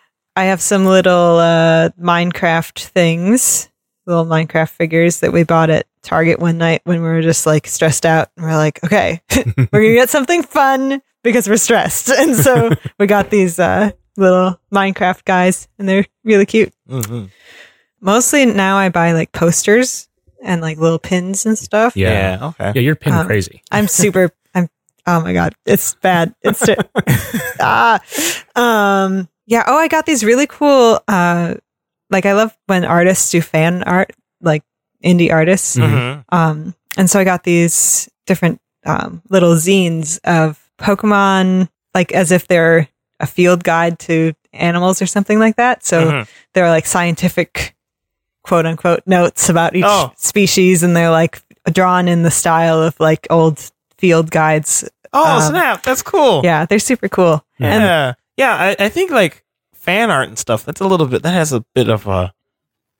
Speaker 2: I have some little uh, Minecraft things, little Minecraft figures that we bought at Target one night when we were just like stressed out. And we're like, okay, we're going to get something fun because we're stressed. And so we got these uh, little Minecraft guys, and they're really cute.
Speaker 1: Mhm.
Speaker 2: Mostly now I buy like posters and like little pins and stuff.
Speaker 3: Yeah.
Speaker 1: yeah. Okay.
Speaker 3: Yeah, you're pin
Speaker 2: Um,
Speaker 3: crazy.
Speaker 2: I'm super. I'm. Oh my god, it's bad. It's ter- ah. Um. Yeah. Oh, I got these really cool. Uh, like I love when artists do fan art, like indie artists.
Speaker 3: Mm-hmm.
Speaker 1: Mhm.
Speaker 2: Um. And so I got these different um little zines of Pokemon, like as if they're a field guide to animals or something like that. So
Speaker 1: Mhm.
Speaker 2: they're like scientific quote unquote notes about each
Speaker 1: Oh.
Speaker 2: species and they're like drawn in the style of like old field guides
Speaker 1: Oh
Speaker 2: Um,
Speaker 1: snap! That's cool.
Speaker 2: yeah they're super cool and
Speaker 1: Oh. Yeah, yeah. I, I think like fan art and stuff. That's a little bit. That has a bit of uh,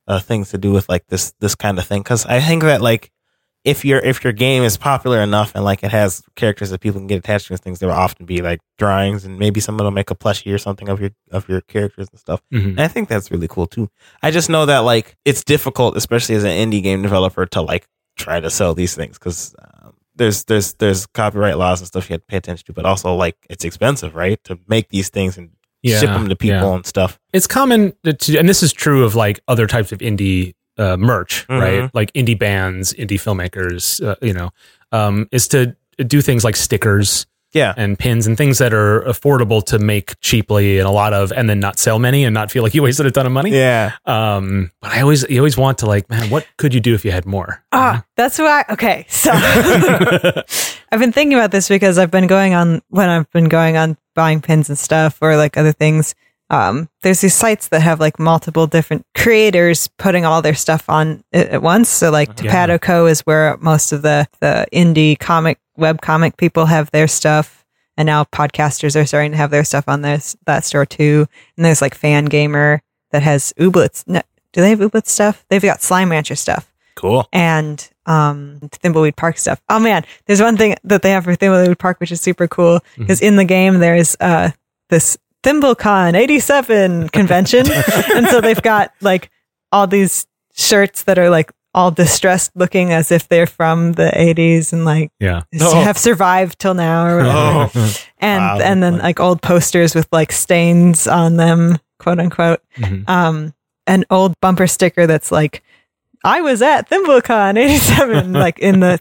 Speaker 1: uh things to do with like this this kind of thing. Because I think that like if your if your game is popular enough and like it has characters that people can get attached to and things, there will often be like drawings and maybe someone will make a plushie or something of your of your characters and stuff.
Speaker 3: Mhm.
Speaker 1: And I think that's really cool too. I just know that like it's difficult, especially as an indie game developer, to like try to sell these things because um, there's there's there's copyright laws and stuff you have to pay attention to, but also like it's expensive, right, to make these things and
Speaker 3: Yeah,
Speaker 1: ship them to people
Speaker 3: yeah.
Speaker 1: and stuff.
Speaker 3: it's common that to, and this is true of like other types of indie uh, merch,
Speaker 1: Mhm.
Speaker 3: right? Like indie bands, indie filmmakers, uh, you know, um, is to do things like stickers
Speaker 1: Yeah.
Speaker 3: and pins and things that are affordable to make cheaply and a lot of, and then not sell many and not feel like you wasted a ton of money.
Speaker 1: Yeah.
Speaker 3: Um, but I always, you always want to like, man, what could you do if you had more?
Speaker 2: Ah, that's why. Okay, so I've been thinking about this because I've been going on when I've been going on buying pins and stuff or like other things. Um, there's these sites that have like multiple different creators putting all their stuff on it at once. So like
Speaker 3: Yeah.
Speaker 2: Topado Co is where most of the the indie comic web comic people have their stuff, and now podcasters are starting to have their stuff on this that store too. And there's like Fan Gamer that has Ooblets. No, do they have Ooblets stuff? They've got Slime Rancher stuff
Speaker 1: Cool.
Speaker 2: and um, Thimbleweed Park stuff. Oh man, there's one thing that they have for Thimbleweed Park which is super cool
Speaker 1: Mm-hmm.
Speaker 2: because in the game there's uh, this ThimbleCon '87 convention, and so they've got like all these shirts that are like all distressed looking as if they're from the 80s and like
Speaker 3: Yeah.
Speaker 1: Oh.
Speaker 2: have survived till now or whatever and
Speaker 1: Wow.
Speaker 2: and then like old posters with like stains on them, quote unquote.
Speaker 3: Mhm.
Speaker 2: Um, an old bumper sticker that's like, "I was at ThimbleCon '87," like in the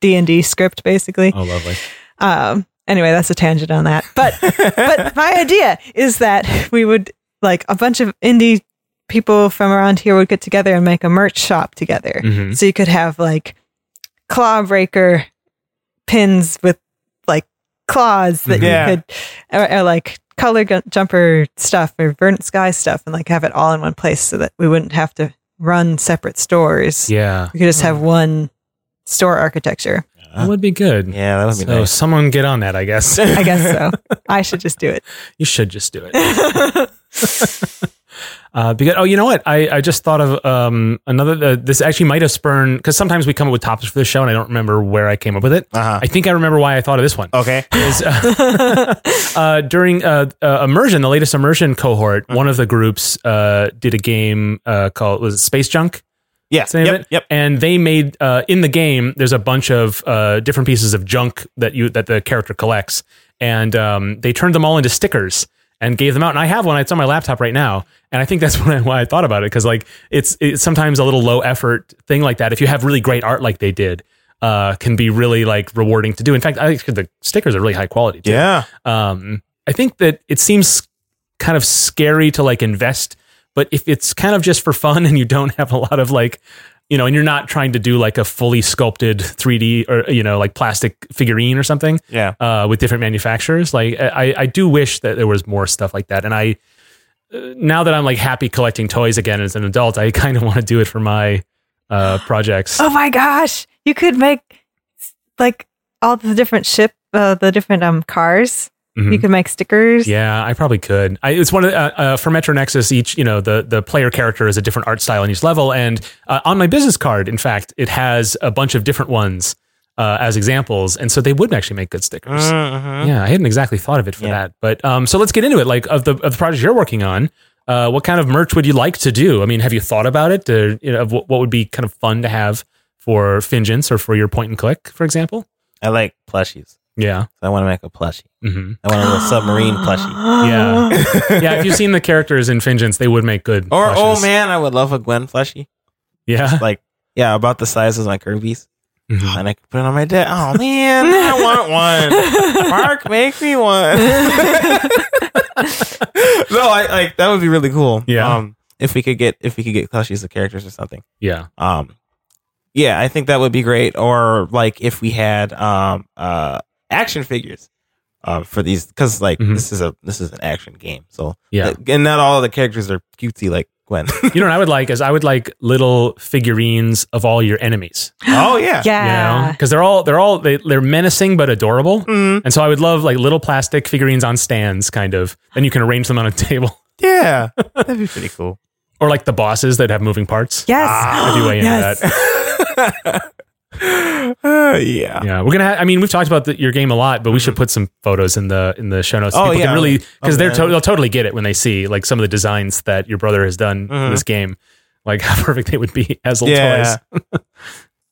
Speaker 2: D and D script, basically.
Speaker 3: Oh, lovely.
Speaker 2: Um, anyway, that's a tangent on that. But but my idea is that we would like a bunch of indie people from around here would get together and make a merch shop together.
Speaker 3: Mhm.
Speaker 2: So you could have like clawbreaker pins with like claws that
Speaker 1: Yeah.
Speaker 2: you could, or, or like color gu- jumper stuff or verdant sky stuff, and like have it all in one place so that we wouldn't have to run separate stores.
Speaker 3: Yeah.
Speaker 2: We could just have one store architecture.
Speaker 3: That would be good.
Speaker 1: Yeah, that would be
Speaker 3: So
Speaker 1: nice.
Speaker 3: someone get on that, I guess.
Speaker 2: I guess so. I should just do it. Oh
Speaker 3: you should just do it. Uh, because oh, you know what? I, I just thought of um, another. Uh, this actually might have spurned because sometimes we come up with topics for the show, and I don't remember where I came up with it.
Speaker 1: Uh-huh. Oh.
Speaker 3: I think I remember why I thought of this one.
Speaker 1: Okay.
Speaker 3: Is, uh, uh, during uh, uh, immersion, the latest immersion cohort, one of the groups uh, did a game uh, called was it Space Junk.
Speaker 1: Yeah.
Speaker 3: That's the name
Speaker 1: yep.
Speaker 3: of it?
Speaker 1: Yep.
Speaker 3: And they made uh, in the game. There's a bunch of uh, different pieces of junk that you that the character collects, and um, they turned them all into stickers and gave them out. And I have one. It's on my laptop right now, and I think that's when I, why I thought about it because like it's it's sometimes a little low effort thing like that. If you have really great art like they did, uh, can be really like rewarding to do. In fact, I think the stickers are really high quality. Too
Speaker 1: Yeah.
Speaker 3: um, I think that it seems kind of scary to like invest, but if it's kind of just for fun and you don't have a lot of like, you know, and you're not trying to do like a fully sculpted 3D or you know like plastic figurine or something
Speaker 1: Yeah.
Speaker 3: uh, with different manufacturers, like I, I do wish that there was more stuff like that. And I uh, now that I'm like happy collecting toys again as an adult, I kind of want to do it for my uh, projects.
Speaker 2: oh my gosh, you could make like all the different ship, uh, the different um cars. You
Speaker 3: Mhm.
Speaker 2: could make stickers.
Speaker 3: Yeah, I probably could. I, it's one of the, uh, uh, for Metro Nexus. Each you know the the player character is a different art style in each level, and uh, on my business card, in fact, it has a bunch of different ones uh, as examples, and so they would actually make good stickers.
Speaker 1: Mhm.
Speaker 3: Yeah, I hadn't exactly thought of it for
Speaker 1: Yeah.
Speaker 3: that, but um, so let's get into it. Like of the of the projects you're working on, uh, what kind of merch would you like to do? I mean, have you thought about it? Or, you know, of what, what would be kind of fun to have for Fingence or for your point and click, for example?
Speaker 1: I like plushies.
Speaker 3: Yeah.
Speaker 1: So I want to make a plushie.
Speaker 3: hmm
Speaker 1: I want a little submarine plushie.
Speaker 3: Yeah. yeah, if you've seen the characters in Fingence, they would make good.
Speaker 1: Or oh
Speaker 3: plushies.
Speaker 1: man, I would love a Gwen plushie.
Speaker 3: yeah,
Speaker 1: Like yeah, about the size of my Kirby's,
Speaker 3: Mhm.
Speaker 1: and I could put it on my desk. Oh man, I want one. Mark, make me one. no, I like that would be really cool.
Speaker 3: Yeah.
Speaker 1: Um, if we could get if we could get plushies of characters or something.
Speaker 3: yeah,
Speaker 1: Um, yeah, I think that would be great. Or like if we had um uh action figures. Uh, for these, because like
Speaker 3: Mhm.
Speaker 1: this is a this is an action game, so
Speaker 3: yeah.
Speaker 1: and not all of the characters are cutesy like Gwen.
Speaker 3: you know what I would like is I would like little figurines of all your enemies.
Speaker 1: oh yeah,
Speaker 3: Yeah,
Speaker 2: Yeah.
Speaker 3: because they're all they're all they, they're menacing but adorable.
Speaker 1: Mhm.
Speaker 3: And so I would love like little plastic figurines on stands, kind of. Then you can arrange them on a table,
Speaker 1: Yeah, that'd be pretty cool.
Speaker 3: or like the bosses that have moving parts.
Speaker 2: Yes.
Speaker 3: If you weigh into
Speaker 2: yes.
Speaker 3: that.
Speaker 1: Uh, yeah.
Speaker 3: Yeah, we're gonna. Ha- I mean, we've talked about the, your game a lot, but we should put some photos in the in the show notes. so
Speaker 1: Mm-hmm. Oh,
Speaker 3: People
Speaker 1: yeah.
Speaker 3: can really because
Speaker 1: Oh,
Speaker 3: they're
Speaker 1: yeah.
Speaker 3: to- they'll totally get it when they see like some of the designs that your brother has done
Speaker 1: Mhm.
Speaker 3: in this game. Like how perfect they would be as little
Speaker 1: Yeah.
Speaker 3: toys.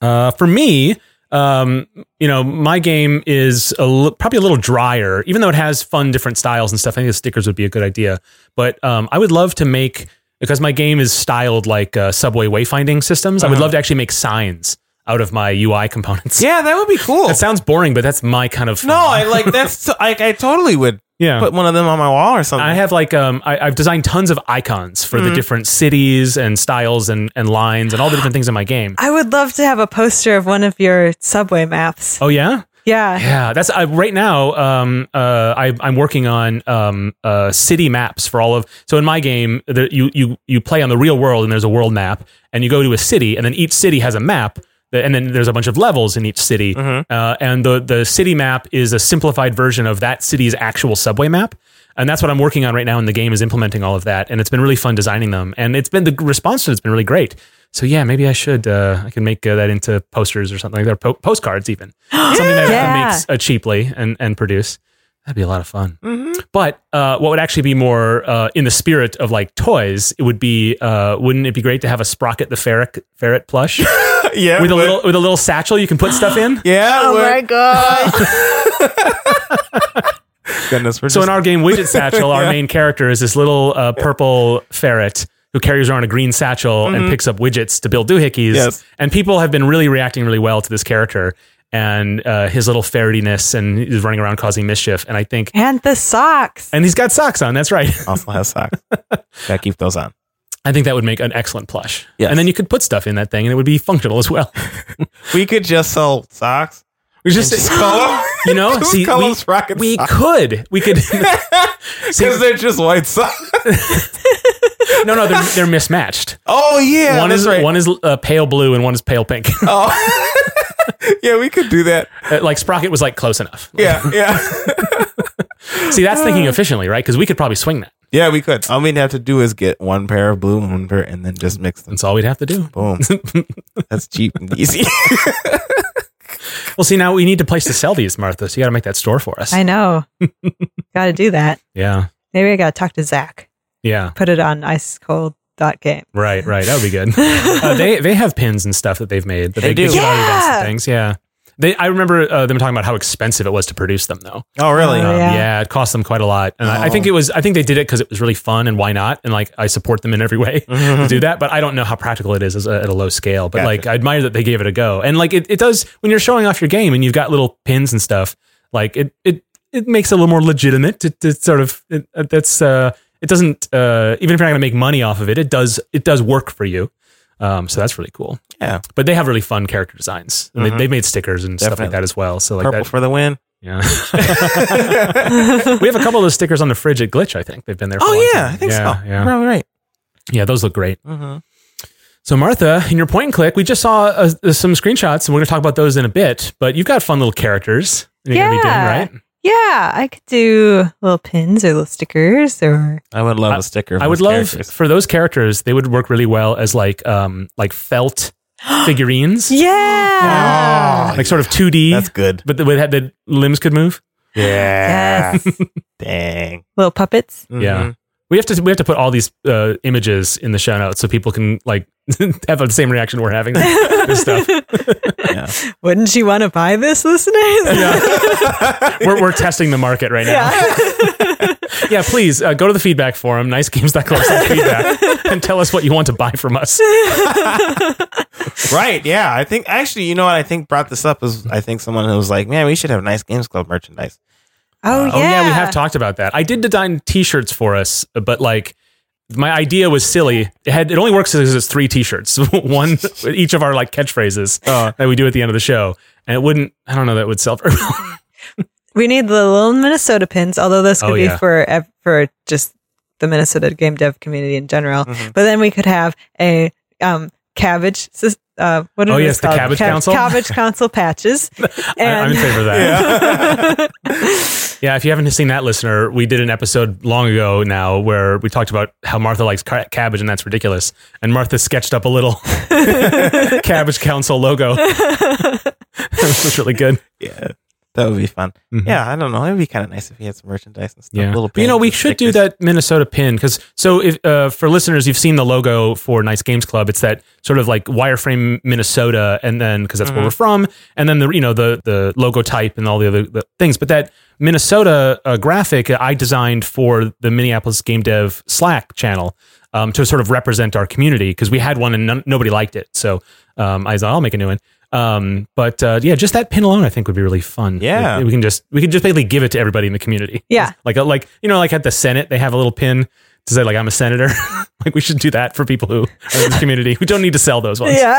Speaker 3: Uh, for me, um, you know, my game is a li- probably a little drier, even though it has fun different styles and stuff. I think the stickers would be a good idea, but um, I would love to make because my game is styled like uh, subway wayfinding systems. I would
Speaker 1: Uh-huh.
Speaker 3: love to actually make signs. out of my UI components.
Speaker 1: Yeah, that would be cool.
Speaker 3: That sounds boring, but that's my kind of
Speaker 1: no, I like that's like I totally would
Speaker 3: yeah.
Speaker 1: put one of them on my wall or something.
Speaker 3: I have like um, I, I've designed tons of icons for
Speaker 1: Mm-hmm.
Speaker 3: the different cities and styles and, and lines and all the different things in my game.
Speaker 2: I would love to have a poster of one of your subway maps.
Speaker 3: Oh yeah,
Speaker 2: yeah.
Speaker 3: yeah. That's I, right now. Um, uh, I, I'm working on um, uh, city maps for all of. So in my game, there, you you you play on the real world and there's a world map, and you go to a city, and then each city has a map. that- And then there's a bunch of levels in each city, uh, and the the city map is a simplified version of that city's actual subway map. and that's what I'm working on right now. And the game is implementing all of that, and it's been really fun designing them. And it's been the response to it's been really great. So yeah, maybe I should uh, I can make uh, that into posters or something like that, or po- postcards even something that I
Speaker 2: Yeah.
Speaker 3: can make uh, cheaply and and produce. That'd be a lot of fun. But uh, what would actually be more uh, in the spirit of like toys? It would be uh, wouldn't it be great to have a Sprocket the ferret ferret plush
Speaker 1: yeah,
Speaker 3: with a
Speaker 1: but-
Speaker 3: little with a little satchel you can put stuff in?
Speaker 1: Yeah.
Speaker 2: Oh
Speaker 1: we're-
Speaker 2: my god.
Speaker 1: goodness, we're
Speaker 3: So
Speaker 1: just
Speaker 3: in our game Widget Satchel, our main character is this little uh, purple ferret who carries around a green satchel and picks up widgets to build doohickeys.
Speaker 1: Mm-hmm. Yes.
Speaker 3: And people have been really reacting really well to this character and uh, his little ferretiness and he's running around causing mischief. And I think,
Speaker 2: and the socks.
Speaker 3: and he's got socks on. That's right.
Speaker 1: also has socks. Gotta keep those on.
Speaker 3: I think that would make an excellent plush.
Speaker 1: Yes.
Speaker 3: And then you could put stuff in that thing and it would be functional as well.
Speaker 1: We could just sell socks.
Speaker 3: We just,
Speaker 1: Just call them,
Speaker 3: you know,
Speaker 1: just
Speaker 3: see,
Speaker 1: call
Speaker 3: we,
Speaker 1: them rocket
Speaker 3: we could, we could,
Speaker 1: because they're just white socks.
Speaker 3: no, no, they're, they're mismatched.
Speaker 1: Oh yeah,
Speaker 3: one
Speaker 1: that's
Speaker 3: is,
Speaker 1: right.
Speaker 3: one is uh, pale blue and one is pale pink.
Speaker 1: Oh. yeah, we could do that.
Speaker 3: Uh, like Sprocket was like close enough.
Speaker 1: Yeah, yeah,
Speaker 3: See, that's thinking efficiently, right? Because we could probably swing that.
Speaker 1: yeah. We could. All we'd have to do is get one pair of blue, and one pair, and then just mix them.
Speaker 3: That's all we'd have to do.
Speaker 1: Boom. That's cheap and easy.
Speaker 3: Well, see, now we need a place to sell these, Martha. So you got to make that store for us.
Speaker 2: I know. got to do that.
Speaker 3: yeah.
Speaker 2: Maybe I got to talk to Zach.
Speaker 3: Yeah.
Speaker 2: Put it on ice cold dot game.
Speaker 3: Right. Right. That would be good. uh, they they have pins and stuff that they've made. That
Speaker 1: They do.
Speaker 3: give out events and
Speaker 2: Yeah.
Speaker 3: things. Yeah. They, I remember uh, them talking about how expensive it was to produce them, though.
Speaker 1: oh, really?
Speaker 2: Oh,
Speaker 3: Um, yeah.
Speaker 2: yeah.
Speaker 3: it cost them quite a lot, and I, I think
Speaker 1: Oh.
Speaker 3: it was. I think they did it because it was really fun, and why not? And like, I support them in every way to do that, but I don't know how practical it is as a, at a low scale. But
Speaker 1: Gotcha.
Speaker 3: like, I admire that they gave it a go, and like, it, it does when you're showing off your game and you've got little pins and stuff. Like, it it it makes it a little more legitimate. To, to sort of it, uh, that's uh, it doesn't uh, even if you're not gonna make money off of it, it does it does work for you. Um, so that's really cool.
Speaker 1: Yeah.
Speaker 3: But they have really fun character designs. And
Speaker 1: Mhm.
Speaker 3: they, they've made stickers and stuff like
Speaker 1: Definitely.
Speaker 3: that as well. So like
Speaker 1: Purple
Speaker 3: that,
Speaker 1: for the win. Oh,
Speaker 3: yeah. we have a couple of those stickers on the fridge at Glitch. I think they've been there. For a long
Speaker 1: Oh yeah,
Speaker 3: time.
Speaker 1: I think
Speaker 3: yeah,
Speaker 1: so.
Speaker 3: Yeah,
Speaker 1: Probably right.
Speaker 3: yeah, those look great.
Speaker 1: Mm-hmm.
Speaker 3: So Martha, in your point and click, we just saw uh, some screenshots, and we're going to talk about those in a bit. But you've got fun little characters. You're going to be
Speaker 2: Yeah.
Speaker 3: doing right.
Speaker 2: Yeah, I could do little pins or little stickers or
Speaker 1: I would love a sticker. Of
Speaker 3: I would
Speaker 1: those
Speaker 3: love
Speaker 1: characters.
Speaker 3: for those characters. They would work really well as like um like felt figurines,
Speaker 2: Yeah.
Speaker 1: Oh,
Speaker 3: like sort of two D,
Speaker 1: That's good.
Speaker 3: but the, with the limbs could move.
Speaker 1: Yeah.
Speaker 2: Yes.
Speaker 1: Dang.
Speaker 2: little puppets.
Speaker 3: Yeah. We have to we have to put all these uh, images in the show notes so people can like have the same reaction we're having. This stuff.
Speaker 1: Yeah.
Speaker 2: Wouldn't you want to buy this, listeners?
Speaker 1: Mm-hmm.
Speaker 3: we're, we're testing the market right now. Yeah, please uh, go to the feedback forum, nicegames.com feedback, and tell us what you want to buy from us.
Speaker 2: Oh,
Speaker 1: Right. Yeah. I think actually, you know what I think brought this up is I think someone who was like, man, we should have nice games club merchandise.
Speaker 2: Oh, yeah.
Speaker 3: Oh, yeah, we have talked about that. I did design t shirts for us, but like, my idea was silly. It had it only works because it's three T-shirts, one each of our like catchphrases
Speaker 1: Oh.
Speaker 3: that we do at the end of the show, and it wouldn't. I don't know that would sell very well.
Speaker 2: We need the little Minnesota pins, although those could
Speaker 3: Oh, yeah.
Speaker 2: be for ev- for just the Minnesota game dev community in general.
Speaker 3: Mm-hmm.
Speaker 2: But then we could have a um, cabbage. sys- Uh, what
Speaker 3: Oh,
Speaker 2: are
Speaker 3: yes,
Speaker 2: those
Speaker 3: the
Speaker 2: called?
Speaker 3: cabbage
Speaker 2: Cab-
Speaker 3: council?
Speaker 2: Cabbage council patches.
Speaker 3: I, I'm in
Speaker 2: And-
Speaker 3: favor of that. Yeah, if you haven't seen that, listener, we did an episode long ago now where we talked about how Martha likes ca- cabbage and that's ridiculous. And Martha sketched up a little Cabbage Council logo. that was really good.
Speaker 1: Yeah. That would be fun.
Speaker 3: Mhm.
Speaker 1: Yeah, I don't know. It'd be kind of nice if we had some merchandise and stuff.
Speaker 3: Yeah.
Speaker 1: Little
Speaker 3: But, you know,
Speaker 1: pins
Speaker 3: we
Speaker 1: and
Speaker 3: should do
Speaker 1: stickers.
Speaker 3: that Minnesota pin because so if uh, for listeners, you've seen the logo for Nice Games Club. It's that sort of like wireframe Minnesota, and then because that's where we're
Speaker 1: Mm.
Speaker 3: from, and then the you know the the logo type and all the other the things. But that Minnesota uh, graphic I designed for the Minneapolis Game Dev Slack channel. Um, to sort of represent our community because we had one and none, nobody liked it. So um, I thought I'll make a new one. Um, but uh, yeah, just that pin alone, I think would be really fun.
Speaker 1: Yeah.
Speaker 3: we, we can just we can just basically give it to everybody in the community.
Speaker 2: Yeah.
Speaker 3: like uh, like you know, like at the Senate, they have a little pin to say like I'm a senator. like we should do that for people who are in this community who don't need to sell those ones.
Speaker 2: Yeah.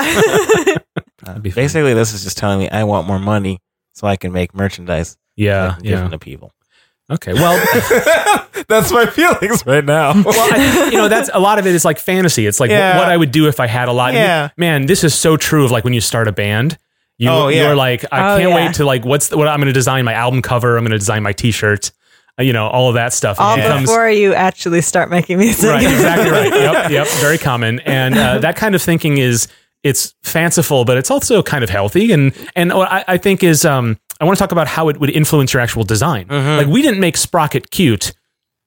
Speaker 1: Uh,
Speaker 3: be fun.
Speaker 1: basically, this is just telling me I want more money so I can make merchandise. that I
Speaker 3: yeah,
Speaker 1: can give
Speaker 3: yeah.
Speaker 1: them to people.
Speaker 3: Okay, well.
Speaker 1: That's my feelings right now.
Speaker 3: well, I, you know, that's a lot of it is like fantasy. It's like wh-
Speaker 1: Yeah.
Speaker 3: what I would do if I had a lot.
Speaker 1: Yeah.
Speaker 3: Man, this is so true of like when you start a band. You,
Speaker 1: Oh, yeah.
Speaker 3: You're like, I
Speaker 2: Oh,
Speaker 3: can't
Speaker 2: yeah.
Speaker 3: wait to like, what's the, what I'm going to design my album cover. I'm going to design my t-shirt, uh, you know, all of that stuff. It
Speaker 2: All
Speaker 3: becomes-
Speaker 2: before you actually start making music.
Speaker 3: right, exactly right. Yep, yep. Very common. And uh, that kind of thinking is, it's fanciful, but it's also kind of healthy. And, and what I, I think is, um, I want to talk about how it would influence your actual design. Like we didn't make Sprocket cute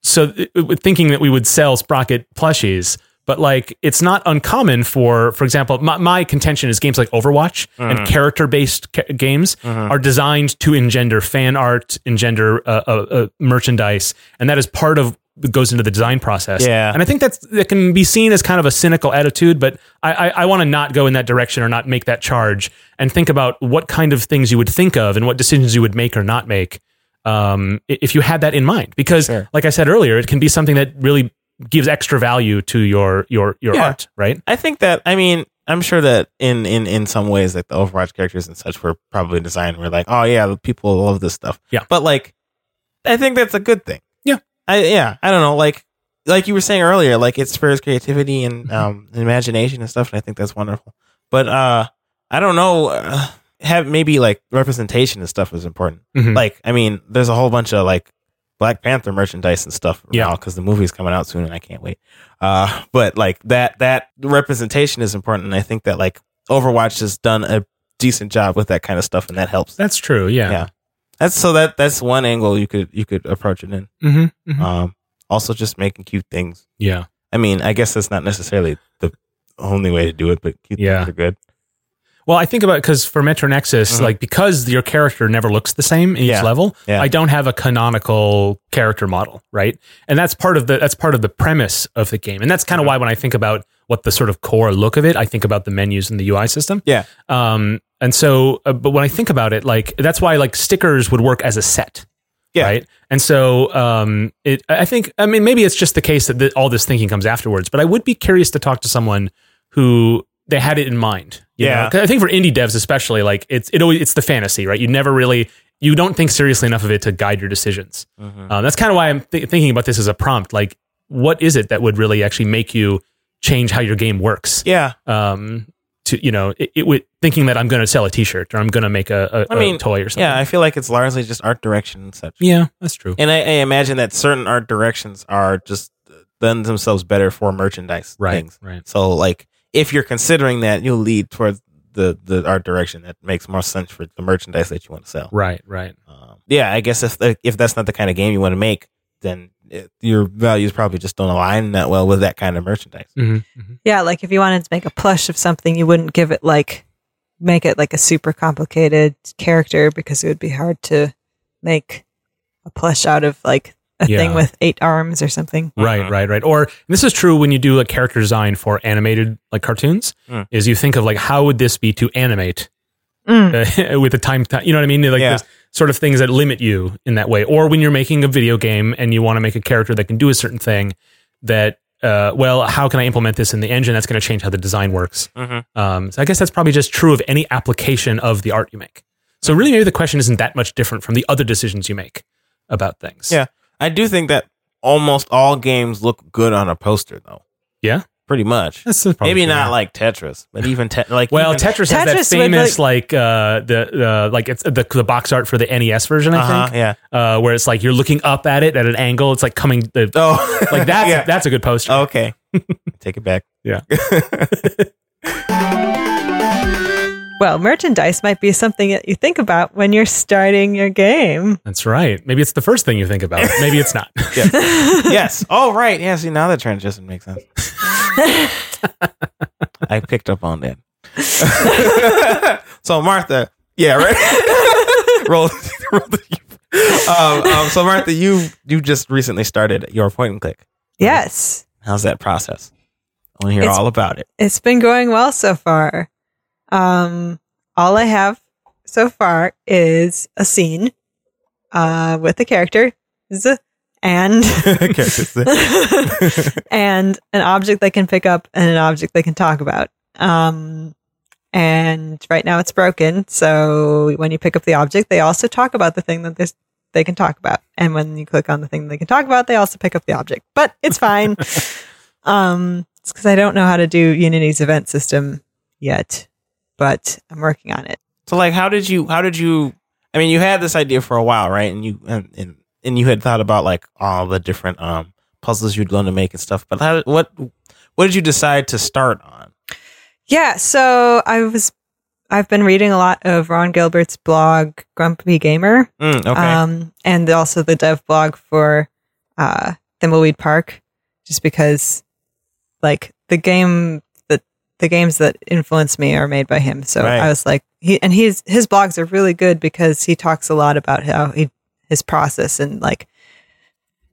Speaker 3: so th- with thinking that we would sell sprocket plushies but like it's not uncommon for for example my, my contention is games like overwatch and character based ca- games are designed to engender fan art engender uh, uh, uh, merchandise and that is part of that goes into the design process
Speaker 1: Yeah.
Speaker 3: and i think that's that can be seen as kind of a cynical attitude but i i, I want to not go in that direction or not make that charge and think about what kind of things you would think of and what decisions you would make or not make um, i- if you had that in mind, because
Speaker 1: Sure.
Speaker 3: like I said earlier, it can be something that really gives extra value to your your your
Speaker 1: Yeah.
Speaker 3: art, right?
Speaker 1: I think that I mean I'm sure that in in in some ways like the Overwatch characters and such were probably designed we're like oh yeah the people love this stuff
Speaker 3: Yeah.
Speaker 1: but like I think that's a good thing
Speaker 3: Yeah.
Speaker 1: I yeah I don't know like like you were saying earlier like it spurs creativity
Speaker 3: Mm-hmm.
Speaker 1: and um and imagination and stuff and I think that's wonderful but uh I don't know uh, have maybe like representation and stuff is important
Speaker 3: Mhm.
Speaker 1: like I mean there's a whole bunch of like Black Panther merchandise and stuff
Speaker 3: Yeah.
Speaker 1: now because the movie's coming out soon and I can't wait uh but like that that representation is important and i think that like overwatch has done a decent job with that kind of stuff and that helps
Speaker 3: That's true. Yeah.
Speaker 1: Yeah. that's so that that's one angle you could you could approach it in
Speaker 3: Mm-hmm.
Speaker 1: um also just making cute things
Speaker 3: yeah.
Speaker 1: i mean i guess that's not necessarily the only way to do it but cute
Speaker 3: Yeah.
Speaker 1: things are good
Speaker 3: Well, I think about because for Metro Nexus,
Speaker 1: Mhm.
Speaker 3: like because your character never looks the same in
Speaker 1: Yeah.
Speaker 3: each level,
Speaker 1: Yeah.
Speaker 3: I don't have a canonical character model, right? And that's part of the that's part of the premise of the game, and that's kind of why when I think about what the sort of core look of it, I think about the menus and the UI system.
Speaker 1: Yeah.
Speaker 3: Um. And so, uh, but when I think about it, like that's why like stickers would work as a set.
Speaker 1: Yeah.
Speaker 3: Right. And so, um, it. I think. I mean, maybe it's just the case that th- all this thinking comes afterwards. But I would be curious to talk to someone who they had it in mind. you
Speaker 1: Yeah.
Speaker 3: know? 'Cause I think for indie devs especially, like it's it always it's the fantasy, right? You never really you don't think seriously enough of it to guide your decisions.
Speaker 1: Hmm.
Speaker 3: Um, that's kind of why I'm th- thinking about this as a prompt. Like, what is it that would really actually make you change how your game works?
Speaker 1: yeah
Speaker 3: Um, to you know, it, it would thinking that I'm going to sell a T-shirt or I'm going to make a, a,
Speaker 1: I
Speaker 3: a
Speaker 1: mean,
Speaker 3: toy or something.
Speaker 1: yeah i feel like it's largely just art direction and such
Speaker 3: yeah, that's true.
Speaker 1: and I, I imagine that certain art directions are just lend themselves better for merchandise
Speaker 3: Right,
Speaker 1: things
Speaker 3: right.
Speaker 1: So like if you're considering that, you'll lead towards the the art direction that makes more sense for the merchandise that you want to sell.
Speaker 3: Right, right.
Speaker 1: Um, yeah, I guess if if that's not the kind of game you want to make, then it, your values probably just don't align that well with that kind of merchandise.
Speaker 3: Mm-hmm,
Speaker 2: Yeah, like if you wanted to make a plush of something, you wouldn't give it like make it like a super complicated character because it would be hard to make a plush out of like a
Speaker 3: Yeah.
Speaker 2: thing with eight arms or something.
Speaker 3: Right,
Speaker 1: Mhm.
Speaker 3: right, right. Or and this is true when you do like character design for animated like cartoons.
Speaker 1: Mm.
Speaker 3: Is you think of like how would this be to animate
Speaker 2: Mm.
Speaker 3: uh, with the time, ti- you know what I mean? Like
Speaker 1: Yeah.
Speaker 3: there's sort of things that limit you in that way. Or when you're making a video game and you want to make a character that can do a certain thing, that uh, well, how can I implement this in the engine? That's going to change how the design works.
Speaker 1: Mhm.
Speaker 3: Um, so I guess that's probably just true of any application of the art you make. So really, maybe the question isn't that much different from the other decisions you make about things.
Speaker 1: Yeah. I do think that almost all games look good on a poster, though.
Speaker 3: Yeah?
Speaker 1: pretty much.
Speaker 3: that's probably
Speaker 1: Maybe
Speaker 3: true,
Speaker 1: not
Speaker 3: yeah.
Speaker 1: like Tetris, but even te- like
Speaker 3: Well,
Speaker 1: even-
Speaker 3: Tetris, has that
Speaker 2: Tetris would,
Speaker 3: famous like, uh, the uh, like it's the the box art for the NES version, I
Speaker 1: uh-huh,
Speaker 3: think,
Speaker 1: yeah.
Speaker 3: uh, where it's like you're looking up at it at an angle. It's like coming the,
Speaker 1: Oh,
Speaker 3: like that's
Speaker 1: Yeah. Oh.
Speaker 3: that's a good poster.
Speaker 1: Okay. Take it back.
Speaker 3: Yeah.
Speaker 2: Well, merchandise might be something that you think about when you're starting your game.
Speaker 3: That's right. Maybe it's the first thing you think about. Maybe it's not.
Speaker 1: yes. Oh, right. Yeah. See, now that transition makes sense. I picked up on that. so Martha, yeah, right. roll, roll the. Um, um, so Martha, you you just recently started your point and click.
Speaker 2: Yes.
Speaker 1: How's that process? I want to hear
Speaker 2: It's-
Speaker 1: all about it.
Speaker 2: It's been going well so far. Um, all I have so far is a scene uh, with the characters and
Speaker 1: Characters.
Speaker 2: and an object they can pick up and an object they can talk about. Um, and right now it's broken. So when you pick up the object, they also talk about the thing that this they can talk about. And when you click on the thing they can talk about, they also pick up the object. But it's fine. um, it's because I don't know how to do Unity's event system yet, but I'm working on it.
Speaker 1: So like, how did you? How did you? I mean, you had this idea for a while, right? And you and and, and you had thought about like all the different um puzzles you'd going to make and stuff. But how? What? What did you decide to start on?
Speaker 2: Yeah, so I was I've been reading a lot of Ron Gilbert's blog Grumpy Gamer.
Speaker 1: Mm, okay.
Speaker 2: Um, and also the dev blog for uh, Thimbleweed Park, just because, like, the game that the games that influence me are made by him. So
Speaker 1: Right.
Speaker 2: I was like, he and his his blogs are really good because he talks a lot about how he his process and like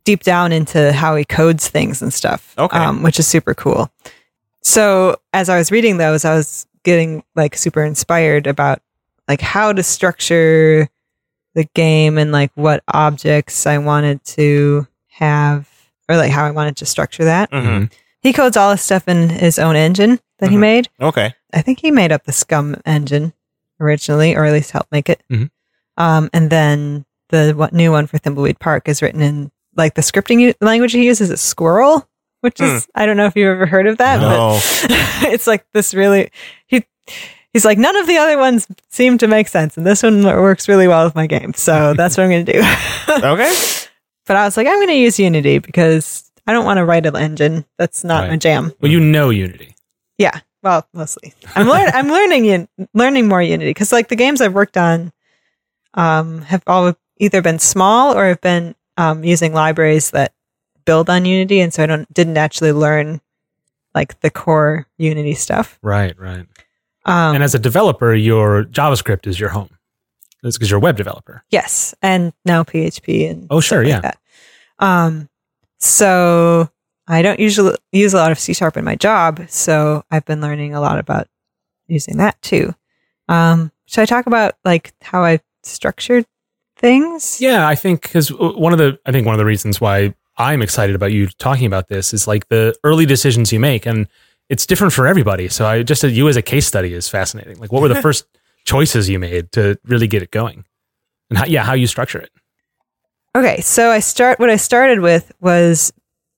Speaker 2: deep down into how he codes things and stuff. um,
Speaker 1: Okay.
Speaker 2: which is super cool. So as I was reading those, I was getting like super inspired about like how to structure the game and like what objects I wanted to have or like how I wanted to structure that.
Speaker 1: Mhm.
Speaker 2: He codes all his stuff in his own engine that he
Speaker 1: Mhm.
Speaker 2: made.
Speaker 1: Okay.
Speaker 2: I think he made up the scum engine originally, or at least helped make it.
Speaker 3: Mhm.
Speaker 2: Um, and then the one, new one for Thimbleweed Park is written in like the scripting u- language he uses is Squirrel, which is I don't know if you've ever heard of that, but
Speaker 1: No.
Speaker 2: it's like this really he he's like none of the other ones seem to make sense and this one works really well with my game so that's what i'm gonna do
Speaker 1: okay.
Speaker 2: but i was like i'm gonna use unity because i don't want to write an engine that's not
Speaker 3: Right.
Speaker 2: my jam
Speaker 3: Well, you know Unity.
Speaker 2: yeah well mostly i'm learn i'm learning un- learning more unity because like the games i've worked on um have all either been small or have been um using libraries that build on unity and so i don't didn't actually learn like the core unity stuff
Speaker 3: Right, right.
Speaker 2: um
Speaker 3: And as a developer, your JavaScript is your home. That's because you're a web developer.
Speaker 2: Yes, and now PHP and
Speaker 3: Oh, sure,
Speaker 2: like
Speaker 3: yeah.
Speaker 2: that. Um, so I don't usually use a lot of C sharp in my job, so I've been learning a lot about using that too. Um, should I talk about like how I structured things?
Speaker 3: Yeah, I think because one of the I think one of the reasons why I'm excited about you talking about this is like the early decisions you make, and it's different for everybody. So I just you as a case study is fascinating. Like, what were the first choices you made to really get it going, and how, yeah, how you structure it.
Speaker 2: Okay, so I start what I started with was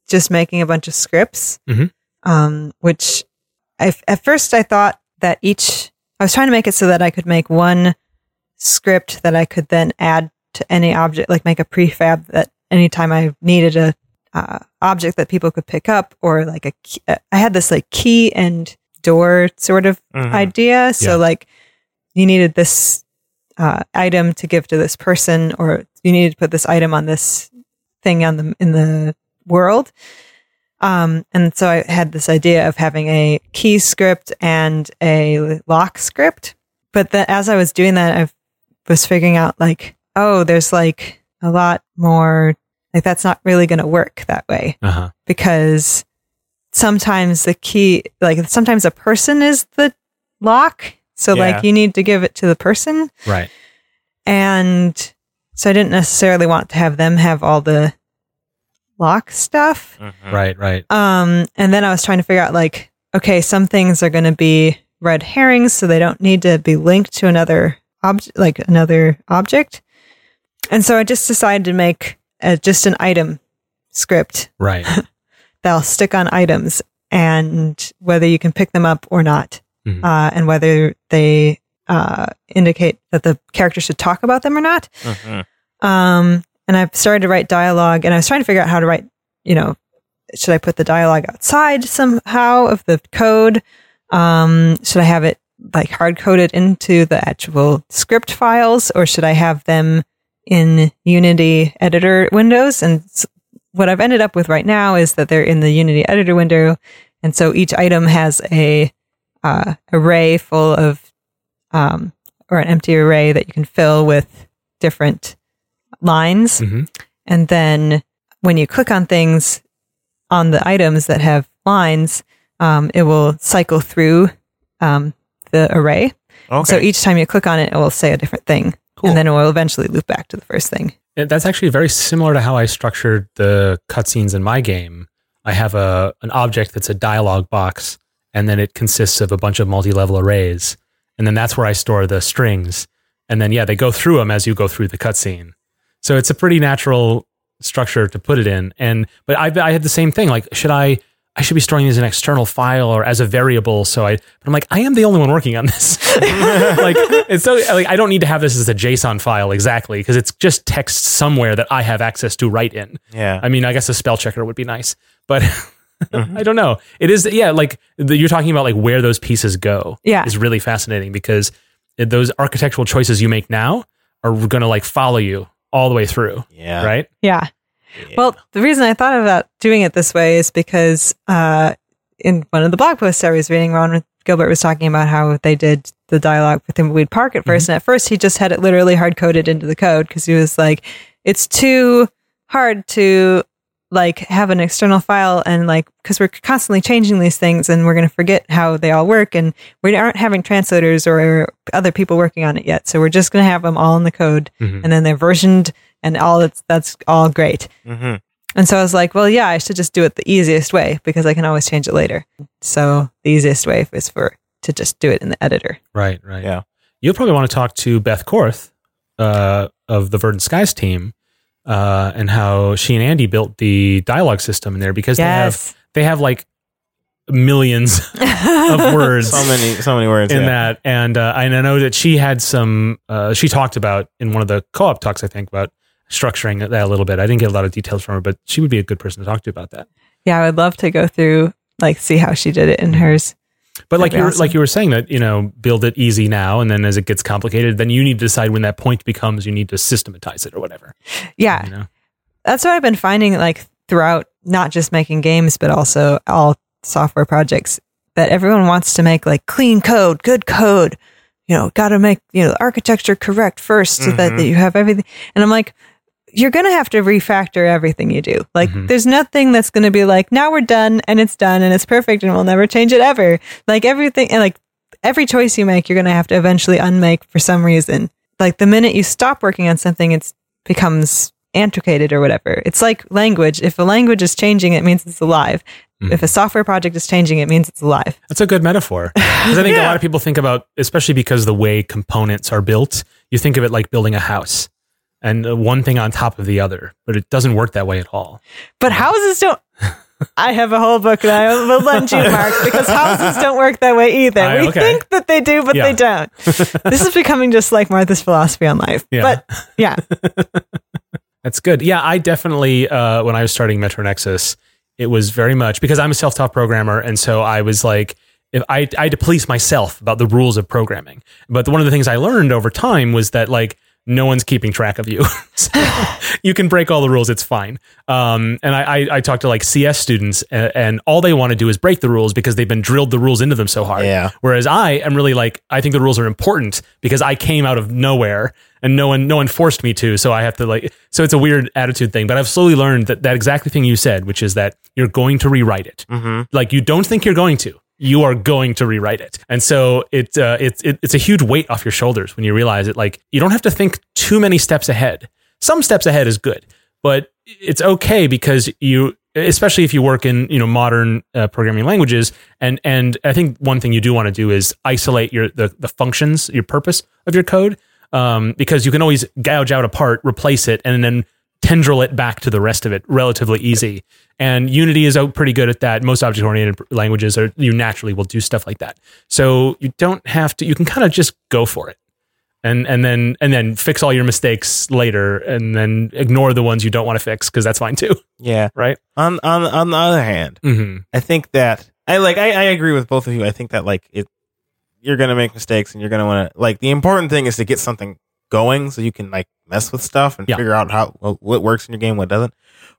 Speaker 2: just making a bunch of scripts,
Speaker 3: Mhm.
Speaker 2: um, which I, at first I thought that each I was trying to make it so that I could make one script that I could then add to any object, like make a prefab that anytime I needed a uh, object that people could pick up or like a key, uh, I had this like key and door sort of
Speaker 1: Mhm.
Speaker 2: idea. So
Speaker 3: Yeah.
Speaker 2: like you needed this uh, item to give to this person, or you needed to put this item on this thing on the in the world. Um, and so I had this idea of having a key script and a lock script. But then as I was doing that, I was figuring out like, oh, there's like a lot more. Like that's not really going to work that way
Speaker 3: Uh huh.
Speaker 2: because sometimes the key, like sometimes a person is the lock. So
Speaker 1: Yeah.
Speaker 2: like you need to give it to the person.
Speaker 3: Right.
Speaker 2: And so I didn't necessarily want to have them have all the lock stuff.
Speaker 1: Mm-hmm.
Speaker 3: Right. Right.
Speaker 2: Um, and then I was trying to figure out like, okay, some things are going to be red herrings, so they don't need to be linked to another object, like another object. And so I just decided to make uh just an item script
Speaker 3: Right.
Speaker 2: they'll stick on items and whether you can pick them up or not,
Speaker 3: Mhm.
Speaker 2: uh, and whether they uh, indicate that the character should talk about them or not.
Speaker 1: Mhm.
Speaker 2: Um, and I've started to write dialogue, and I was trying to figure out how to write, you know, should I put the dialogue outside somehow of the code? Um, should I have it like hard coded into the actual script files, or should I have them in Unity editor windows? And s- what I've ended up with right now is that they're in the Unity editor window, and so each item has a uh, array full of um, or an empty array that you can fill with different lines.
Speaker 1: Mm-hmm.
Speaker 3: hmm
Speaker 2: And then when you click on things on the items that have lines, um, it will cycle through um, the array.
Speaker 1: Okay.
Speaker 2: So each time you click on it, it will say a different thing.
Speaker 1: Cool.
Speaker 2: And then it will eventually loop back to the first thing.
Speaker 3: Yeah, That's actually very similar to how I structured the cutscenes in my game. I have a an object that's a dialogue box, and then it consists of a bunch of multi-level arrays, and then that's where I store the strings, and then yeah, they go through them as you go through the cutscene. So it's a pretty natural structure to put it in. And but I I had the same thing. Like, should I? I should be storing these in an external file or as a variable. So I, but I'm like, I am the only one working on this. like, it's so like I don't need to have this as a JSON file exactly because it's just text somewhere that I have access to write in.
Speaker 1: yeah.
Speaker 3: I mean, I guess a spell checker would be nice, but I don't know. It is, yeah, like the, you're talking about like where those pieces go.
Speaker 2: Yeah.
Speaker 3: is really fascinating because it- those architectural choices you make now are going to like follow you all the way through.
Speaker 1: yeah.
Speaker 3: Right.
Speaker 2: Yeah.
Speaker 1: Yeah.
Speaker 2: Well, the reason I thought about doing it this way is because uh, in one of the blog posts I was reading, Ron Gilbert was talking about how they did the dialogue with Thimbleweed Park at 1st And at first, he just had it literally hard coded into the code because he was like, it's too hard to like have an external file and like because we're constantly changing these things and we're going to forget how they all work and we aren't having translators or other people working on it yet so we're just going to have them all in the code
Speaker 3: Mhm.
Speaker 2: Mm-hmm. and then they're versioned and all that's that's all great
Speaker 1: Mhm.
Speaker 2: and so I was like, well, yeah, I should just do it the easiest way because I can always change it later. So the easiest way is for to just do it in the editor.
Speaker 3: Right, right.
Speaker 1: Yeah.
Speaker 3: You'll probably want to talk to Beth Korth uh, of the Verdant Skies team uh, and how she and Andy built the dialogue system in there because they have they have like millions of words
Speaker 1: So many, so many words.
Speaker 3: in
Speaker 1: yeah.
Speaker 3: that. And uh, and I know that she had some. Uh, she talked about in one of the co-op talks, I think, about structuring that a little bit. I didn't get a lot of details from her, but she would be a good person to talk to about that.
Speaker 2: yeah, I would love to go through like see how she did it in hers.
Speaker 3: But
Speaker 2: That'd
Speaker 3: like
Speaker 2: be
Speaker 3: you were
Speaker 2: awesome.
Speaker 3: like you were saying that you know build it easy now, and then as it gets complicated, then you need to decide when that point becomes you need to systematize it or whatever.
Speaker 2: Yeah,
Speaker 3: You know?
Speaker 2: that's what I've been finding like throughout not just making games but also all software projects that everyone wants to make like clean code, good code. You know, got to make you know the architecture correct first so that,
Speaker 1: Mhm.
Speaker 2: that you have everything. And I'm like, you're gonna have to refactor everything you do. Like,
Speaker 3: Mhm.
Speaker 2: there's nothing that's gonna be like now we're done and it's done and it's perfect and we'll never change it ever. Like everything and like every choice you make, you're gonna have to eventually unmake for some reason. Like the minute you stop working on something, it's becomes antiquated or whatever. It's like language. If a language is changing, it means it's alive.
Speaker 3: Mm-hmm.
Speaker 2: If a software project is changing, it means it's alive.
Speaker 3: That's a good metaphor. 'Cause I think a lot of people think about, especially because the way components are built, you think of it like building a house and uh, one thing on top of the other, but it doesn't work that way at all.
Speaker 2: But houses don't. I have a whole book and I will lend you, Mark, because houses don't work that way either.
Speaker 3: I-
Speaker 2: we
Speaker 3: okay.
Speaker 2: think that they do, but
Speaker 3: Yeah.
Speaker 2: they don't. this is becoming just like Martha's philosophy on life.
Speaker 3: Yeah.
Speaker 2: But yeah,
Speaker 3: That's good. Yeah, I definitely uh, when I was starting Metro Nexus, it was very much because I'm a self-taught programmer, and so I was like, if I I had to police myself about the rules of programming. But one of the things I learned over time was that like no one's keeping track of you. So you can break all the rules; it's fine. Um, and I, I I talk to like CS students, and, and all they want to do is break the rules because they've been drilled the rules into them so hard.
Speaker 1: Yeah.
Speaker 3: Whereas I am really like I think the rules are important because I came out of nowhere and no one no one forced me to, so I have to like so it's a weird attitude thing, but I've slowly learned that that exactly thing you said, which is that you're going to rewrite it. Like you don't think you're going to you are going to rewrite it, and so it, uh, it's it, it's a huge weight off your shoulders when you realize it. Like you don't have to think too many steps ahead. Some steps ahead is good, but it's okay because you especially if you work in you know modern uh, programming languages and and i think one thing you do want to do is isolate your the, the functions your purpose of your code um, because you can always gouge out a part replace it and then tendril it back to the rest of it relatively easy and unity is out pretty good at that most object oriented languages are you naturally will do stuff like that so you don't have to you can kind of just go for it and and then and then fix all your mistakes later and then ignore the ones you don't want to fix because that's fine too
Speaker 1: Yeah.
Speaker 3: right
Speaker 1: On on on the other hand,
Speaker 3: mm-hmm.
Speaker 1: I think that I like I, I agree with both of you. I think that like it you're gonna make mistakes and you're gonna wanna like the important thing is to get something going so you can like mess with stuff and
Speaker 3: Yeah.
Speaker 1: figure out how what- what works in your game, what doesn't.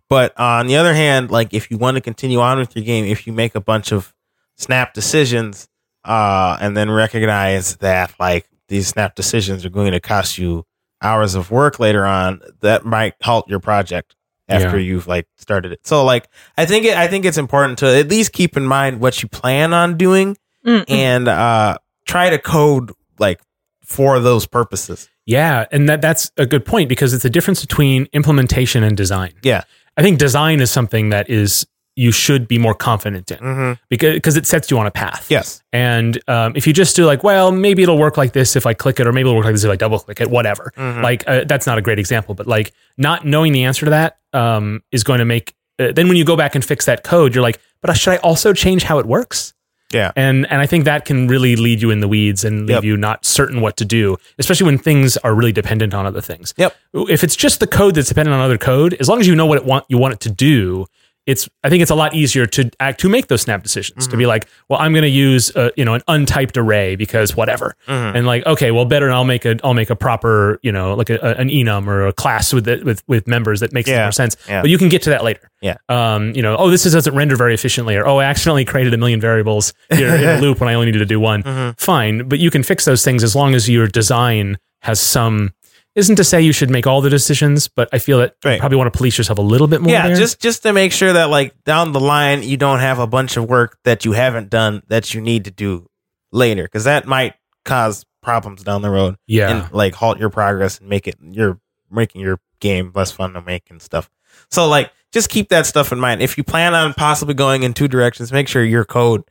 Speaker 1: But on the other hand, like if you want to continue on with your game, if you make a bunch of snap decisions, uh, and then recognize that like these snap decisions are going to cost you hours of work later on, that might halt your project after you've like started it. So like I think it, I think it's important to at least keep in mind what you plan on doing
Speaker 2: Mm, mm.
Speaker 1: and uh, try to code like for those purposes.
Speaker 3: Yeah, and that that's a good point because it's the difference between implementation and design.
Speaker 1: Yeah.
Speaker 3: I think design is something that is you should be more confident in
Speaker 1: Mm-hmm.
Speaker 3: because because it sets you on a path.
Speaker 1: Yes.
Speaker 3: And um, if you just do like, well, maybe it'll work like this if I click it, or maybe it'll work like this if I double click it, whatever. Like uh, that's not a great example, but like not knowing the answer to that um, is going to make. Uh, then when you go back and fix that code, you're like, but should I also change how it works?
Speaker 1: Yeah.
Speaker 3: And and I think that can really lead you in the weeds and leave
Speaker 1: Yep.
Speaker 3: you not certain what to do, especially when things are really dependent on other things.
Speaker 1: Yep.
Speaker 3: If it's just the code that's dependent on other code, as long as you know what it want you want it to do, it's I think it's a lot easier to act to make those snap decisions to
Speaker 1: Mm-hmm.
Speaker 3: be like, well, I'm going to use a, you know an untyped array because whatever,
Speaker 1: Mm-hmm.
Speaker 3: and like okay, well, better I'll make a I'll make a proper you know like a, a- an enum or a class with it with with members that makes
Speaker 1: Yeah.
Speaker 3: more sense.
Speaker 1: Yeah.
Speaker 3: But you can get to that later
Speaker 1: Yeah.
Speaker 3: um, you know, oh, this doesn't render very efficiently, or oh, I accidentally created a million variables here in a loop when I only needed to do one. Fine, but you can fix those things as long as your design has some. Isn't to say you should make all the decisions, but I feel that you
Speaker 1: Right.
Speaker 3: probably want to police yourself a little bit more.
Speaker 1: Yeah,
Speaker 3: there.
Speaker 1: just just to make sure that like down the line you don't have a bunch of work that you haven't done that you need to do later because that might cause problems down the road
Speaker 3: yeah,
Speaker 1: and like halt your progress and make it you're making your game less fun to make and stuff. So like just keep that stuff in mind. If you plan on possibly going in two directions, make sure your code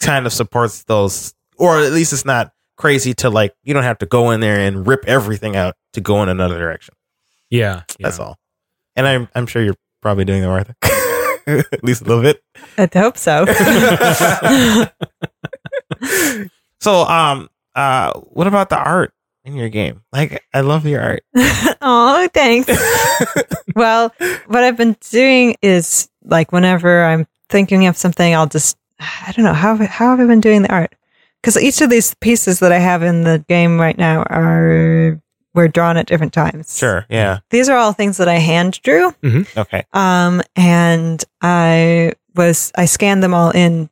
Speaker 1: kind of supports those or at least it's not crazy to like you don't have to go in there and rip everything out to go in another direction.
Speaker 3: yeah,
Speaker 1: That's all. And I'm I'm sure you're probably doing that, Martha. At least a little bit.
Speaker 2: I'd hope so.
Speaker 1: so um uh what about the art in your game? Like I love your art.
Speaker 2: oh, thanks. well, what I've been doing is like whenever I'm thinking of something, I'll just I don't know how how have I been doing the art? Because each of these pieces that I have in the game right now are were drawn at different times.
Speaker 1: sure. Yeah.
Speaker 2: These are all things that I hand drew.
Speaker 1: Okay.
Speaker 2: Um, and I was I scanned them all in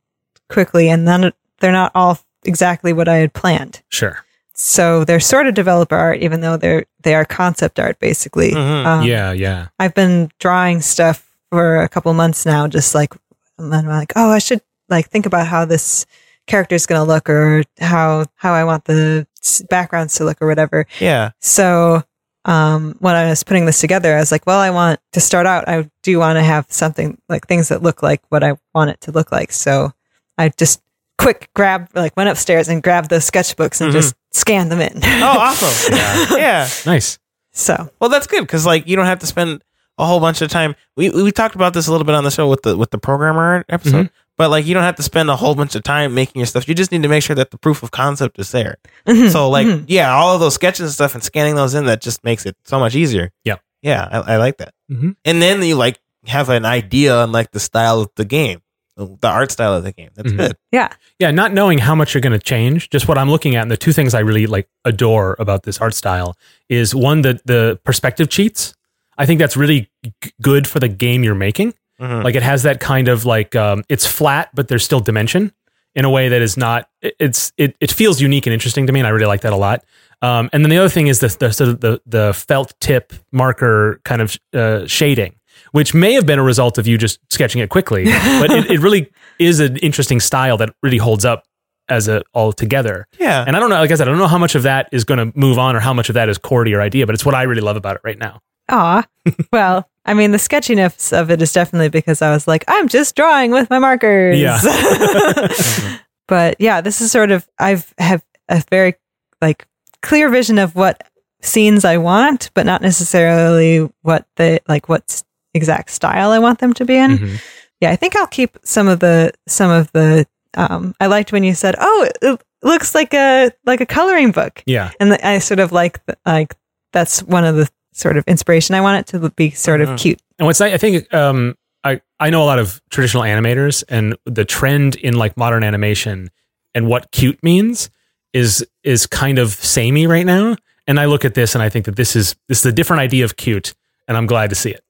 Speaker 2: quickly, and then they're not all exactly what I had planned.
Speaker 3: sure,
Speaker 2: So they're sort of developer art, even though they're they are concept art basically.
Speaker 1: Mhm.
Speaker 2: Um,
Speaker 3: yeah, yeah,
Speaker 2: I've been drawing stuff for a couple months now, just like, and then I'm like, oh, I should like think about how this character is going to look or how, how I want the s- backgrounds to look or whatever.
Speaker 1: Yeah.
Speaker 2: So, um, when I was putting this together, I was like, well, I want to start out, I do want to have something like things that look like what I want it to look like. So I just quick grab, like went upstairs and grabbed those sketchbooks and
Speaker 1: Mhm.
Speaker 2: just scanned them in.
Speaker 1: Oh, awesome. yeah. yeah.
Speaker 3: nice.
Speaker 2: so
Speaker 1: Well, that's good because like you don't have to spend a whole bunch of time. We we talked about this a little bit on the show with the with the programmer episode. But like you don't have to spend a whole bunch of time making your stuff. You just need to make sure that the proof of concept is there.
Speaker 2: mhm,
Speaker 1: So like
Speaker 2: mhm.
Speaker 1: yeah, all of those sketches and stuff and scanning those in that just makes it so much easier.
Speaker 3: Yeah.
Speaker 1: Yeah, I, I like that.
Speaker 3: Mhm.
Speaker 1: And then you like have an idea on like the style of the game, the art style of the game. That's
Speaker 3: Mhm.
Speaker 1: good.
Speaker 2: yeah.
Speaker 3: Yeah, not knowing how much you're going to change, just what I'm looking at, and the two things I really like adore about this art style is one the the perspective cheats. I think that's really g- good for the game you're making.
Speaker 1: Mhm.
Speaker 3: Like it has that kind of like um, it's flat, but there's still dimension in a way that is not. it- It's it it feels unique and interesting to me, and I really like that a lot. Um, and then the other thing is the the sort of the the felt tip marker kind of uh, shading, which may have been a result of you just sketching it quickly, but it, it really is an interesting style that really holds up as a all together.
Speaker 1: yeah.
Speaker 3: And I don't know, like I said, I don't know how much of that is going to move on or how much of that is core to your idea, but it's what I really love about it right now.
Speaker 2: Aw. well, I mean, the sketchiness of it is definitely because I was like, I'm just drawing with my markers.
Speaker 3: Yeah.
Speaker 2: but yeah, this is sort of, I've have a very like clear vision of what scenes I want, but not necessarily what the, like what s- exact style I want them to be in.
Speaker 3: Mm-hmm.
Speaker 2: Yeah. I think I'll keep some of the, some of the, um, I liked when you said, oh, it- it looks like a, like a coloring book
Speaker 3: Yeah.
Speaker 2: and th- I sort of like th- like that's one of the sort of inspiration. I want it to be sort of
Speaker 1: Mhm.
Speaker 2: cute.
Speaker 3: And what's nice, I think um, I I know a lot of traditional animators, and the trend in like modern animation and what cute means is is kind of samey right now. And I look at this and I think that this is this is a different idea of cute, and I'm glad to see it.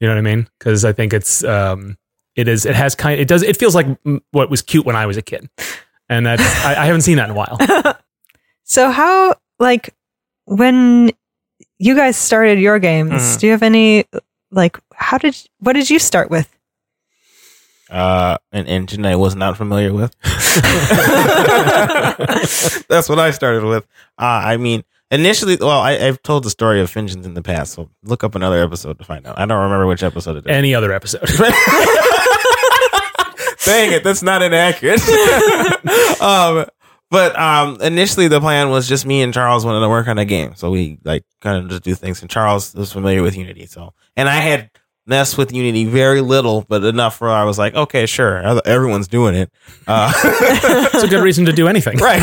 Speaker 3: You know what I mean? Because I think it's um, it is it has kind it does it feels like mm, what was cute when I was a kid, and that's I, I haven't seen that in a while.
Speaker 2: So how like when you guys started your games,
Speaker 1: Mhm.
Speaker 2: do you have any like how did what did you start with?
Speaker 1: uh, an engine I was not familiar with. That's what I started with. Uh, I mean, initially, well, I, I've told the story of engines in the past, so look up another episode to find out. I don't remember which episode it is.
Speaker 3: Any other episode.
Speaker 1: Dang it, that's not inaccurate. um, but um, initially, the plan was just me and Charles wanted to work on a game, so we like kind of just do things. And Charles was familiar with Unity, so and I had messed with Unity very little, but enough where I was like, okay, sure, ev- everyone's doing it, uh,
Speaker 3: it's a good reason to do anything.
Speaker 1: right?